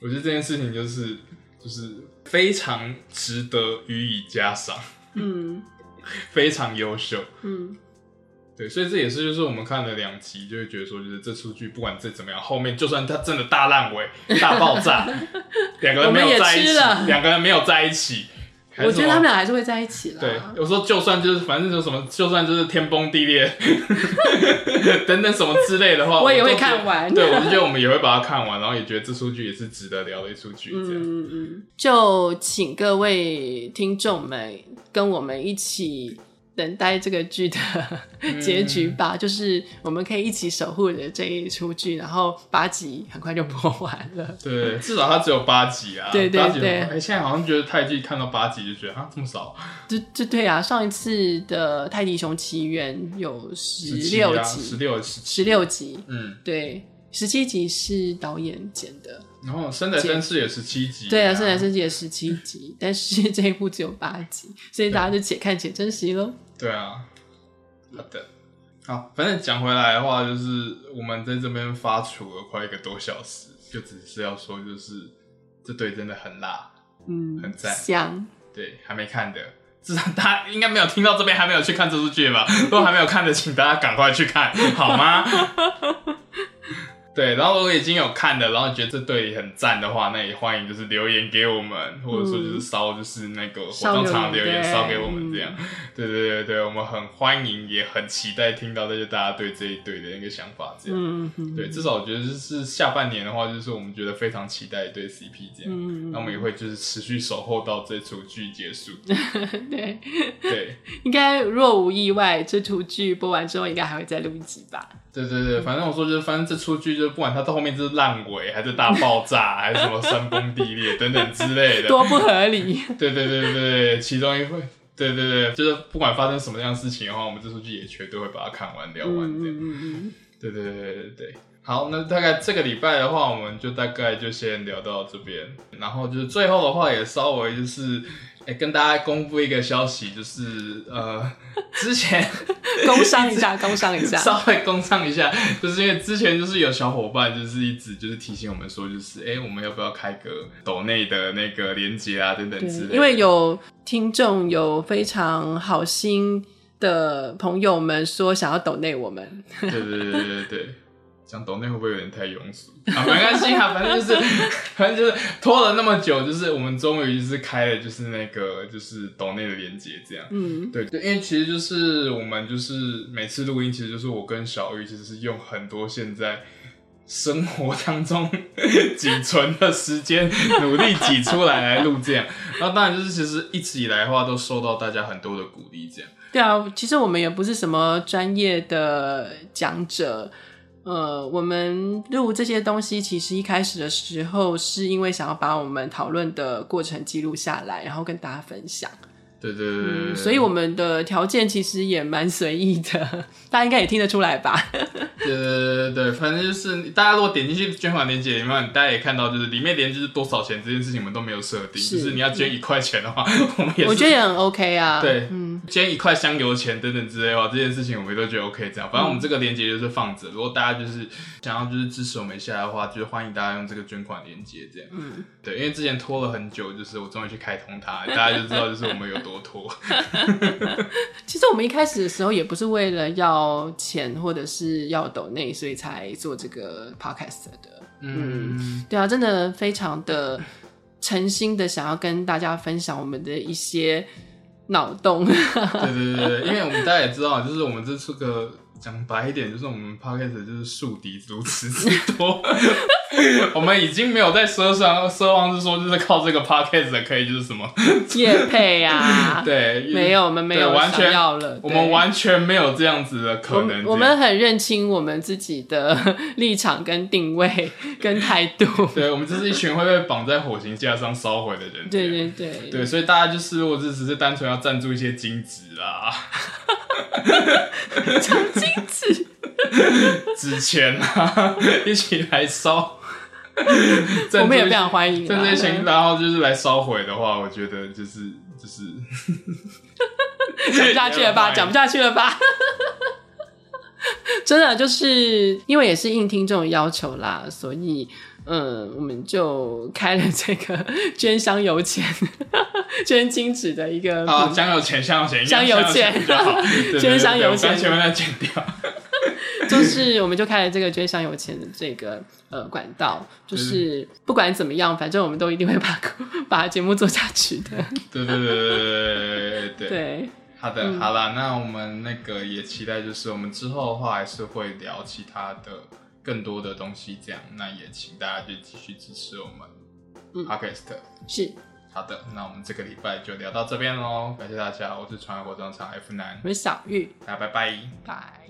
我觉得这件事情就是就是非常值得予以嘉赏，
嗯
非常优秀。
嗯，
对，所以这也是就是我们看了两集，就会觉得说，就是这出剧不管再怎么样，后面就算它真的大烂尾、大爆 炸，两个人没有在一
我们也吃
起
了，
两个人没有在一起，还是
我觉得
什么
他们俩还是会在一起啦。
对，有时候就算就是反正就是什么，就算就是天崩地 裂等等什么之类的话，
我也会
都觉得
看完
对，我就觉得我们也会把它看完，然后也觉得这出剧也是值得聊的一出剧。这样，
嗯嗯嗯，就请各位听众们跟我们一起等待这个剧的结局吧，就是我们可以一起守护着这一出剧，然后八集很快就播完 了。
对，至少它只有八集啊，
对对
八集很
对
哎，现在好像觉得泰剧看到八集就觉得啊这么少，
这这对啊，上一次的《泰迪熊奇缘》有十
17
六
啊，十
集，
六十，
十六集，
嗯，
对，十七集是导演剪的，
然后《生来绅士》也十七集、
对啊，《圣诞圣也十七集，但是这一部只有八 集，所以大家就且看且珍惜喽。
对啊，好的，好，反正讲回来的话，就是我们在这边发出了快一个多小时，就只是要说，就是这对真的很辣，
嗯，
很赞
香。
对，还没看的。至少大家应该没有听到这边，还没有去看这出 剧吧？如果还没有看的，请大家赶快去看，好 吗？对，然后如果已经有看的，然后觉得这对很赞的话，那也欢迎就是留言给我们，或者说就是烧就是那个火葬场留言
烧
嗯烧
留言
给我们这样。对对对对，我们很欢迎，也很期待听到就是大家对这一对的那个想法这样。
嗯，嗯
对，至少我觉得就是下半年的话，就是我们觉得非常期待一对 CP 这样。
嗯，
那我们也会就是持续守候到这出剧结束。
嗯 对，
对，
应该若无意外，这出剧播完之后，应该还会再录一集吧？
对对对，反正我说就是，反正这出剧就是不管它到后面就是烂尾，还是大爆炸，还是什 么山崩地裂等等之类的。
多不 合理。
对对对对对，其中一会，对对对，就是不管发生什么样的事情的话，我们这出剧也绝对会把它看完聊
嗯
完
嗯
这样。
嗯嗯，
对对对对对对。好，那大概这个礼拜的话，我们就大概就先聊到这边。然后就是最后的话，也稍微就是，哎、跟大家公布一个消息，就是呃，之 前
嗯工商一 下，工商一下。
稍微工商一下，就是因为之前就是有小伙伴就是一直就是提醒我们说，就是哎、诶我们要不要开个抖内的那个连接啊，等等
对
之类，的。
因为有听众有非常好心的朋友们说想要抖内我们，
对 对对对对对，讲抖内会不会有点太庸俗啊？ 没关系啊，反正就是， 反正就是拖了那么久，就是我们终于就是开了，就是那个就是抖内的连接这样。
嗯，
对，对因为其实就是我们就是每次录音，其实就是我跟小玉其实是用很多现在生活当中 仅存的时间努力挤出来来录这样。然后当然就是其实一直以来的话都受到大家很多的鼓励这样。
对啊，其实我们也不是什么专业的讲者，呃，我们录这些东西，其实一开始的时候是因为想要把我们讨论的过程记录下来，然后跟大家分享，
对对对对对
嗯，
对
所以我们的条件其实也蛮随意的， 大家应该也听得出来吧？
对对对对，反正就是大家如果点进去捐款链接里面，大家也看到，就是里面连就是多少钱这件事情我们都没有设定，嗯
是
就是你要捐一块钱的话，我们也是
我觉得也很 OK 啊，
对
嗯，
捐一块香油钱等等之类的话，这件事情我们都觉得 OK。这样，反正我们这个链接就是放着，如果大家就是想要就是支持我们一下的话，就是欢迎大家用这个捐款链接这样。嗯，对，因为之前拖了很久，就是我终于去开通它，大家就知道就是我们有多拖。
其实我们一开始的时候也不是为了要钱或者是要抖内，所以才做这个 podcast 的。
嗯，
对啊，真的非常的诚心的想要跟大家分享我们的一些脑洞。啊
对对对，对因为我们大家也知道，就是我们这是个讲白一点，就是我们 podcast 就是树敌如此之多。 我们已经没有在奢上奢望是说，就是靠这个 podcast 的可以就是什么？
叶配 啊，
对，
没有，我们没有
对完
想
全
要了，
我
对
们完全没有这样子的
我
可能
们我们很认清我们自己的 立场、跟定位、跟态度。
对，我们就是一群会被绑在火刑架上烧毁的人。
对对对，
对，所以大家就是，如果只是单纯要赞助一些金纸啦、
金子
纸钱啊，一起来烧。
我们也非
赞
常欢迎啊
助
啦。
赞助一些，然后就是来烧毁的话，我觉得就是就是
讲不下去了吧？
Never mind
讲不下去了吧？ 真的就是因为也是应听众的要求啦，所以嗯，我们就开了这个捐香油钱、 捐金纸的一个
啊，香油钱，香油钱，
香油钱
比较好对对
捐香油
对对我
钱
刚前面在剪掉。
就是我们就开了这个捐香油钱的这个呃管道，就是不管怎么样，反正我们都一定会把 把节目做下去的。
对对对对对对对对。
对，
好的，好啦，那我们那个也期待，就是我们之后的话还是会聊其他的更多的东西，这样，那也请大家就继续支持我们
嗯
podcast。
是
好的，那我们这个礼拜就聊到这边喽，感谢大家，我是传媒活动场 F 男，
我是小玉，
大家拜拜。
拜。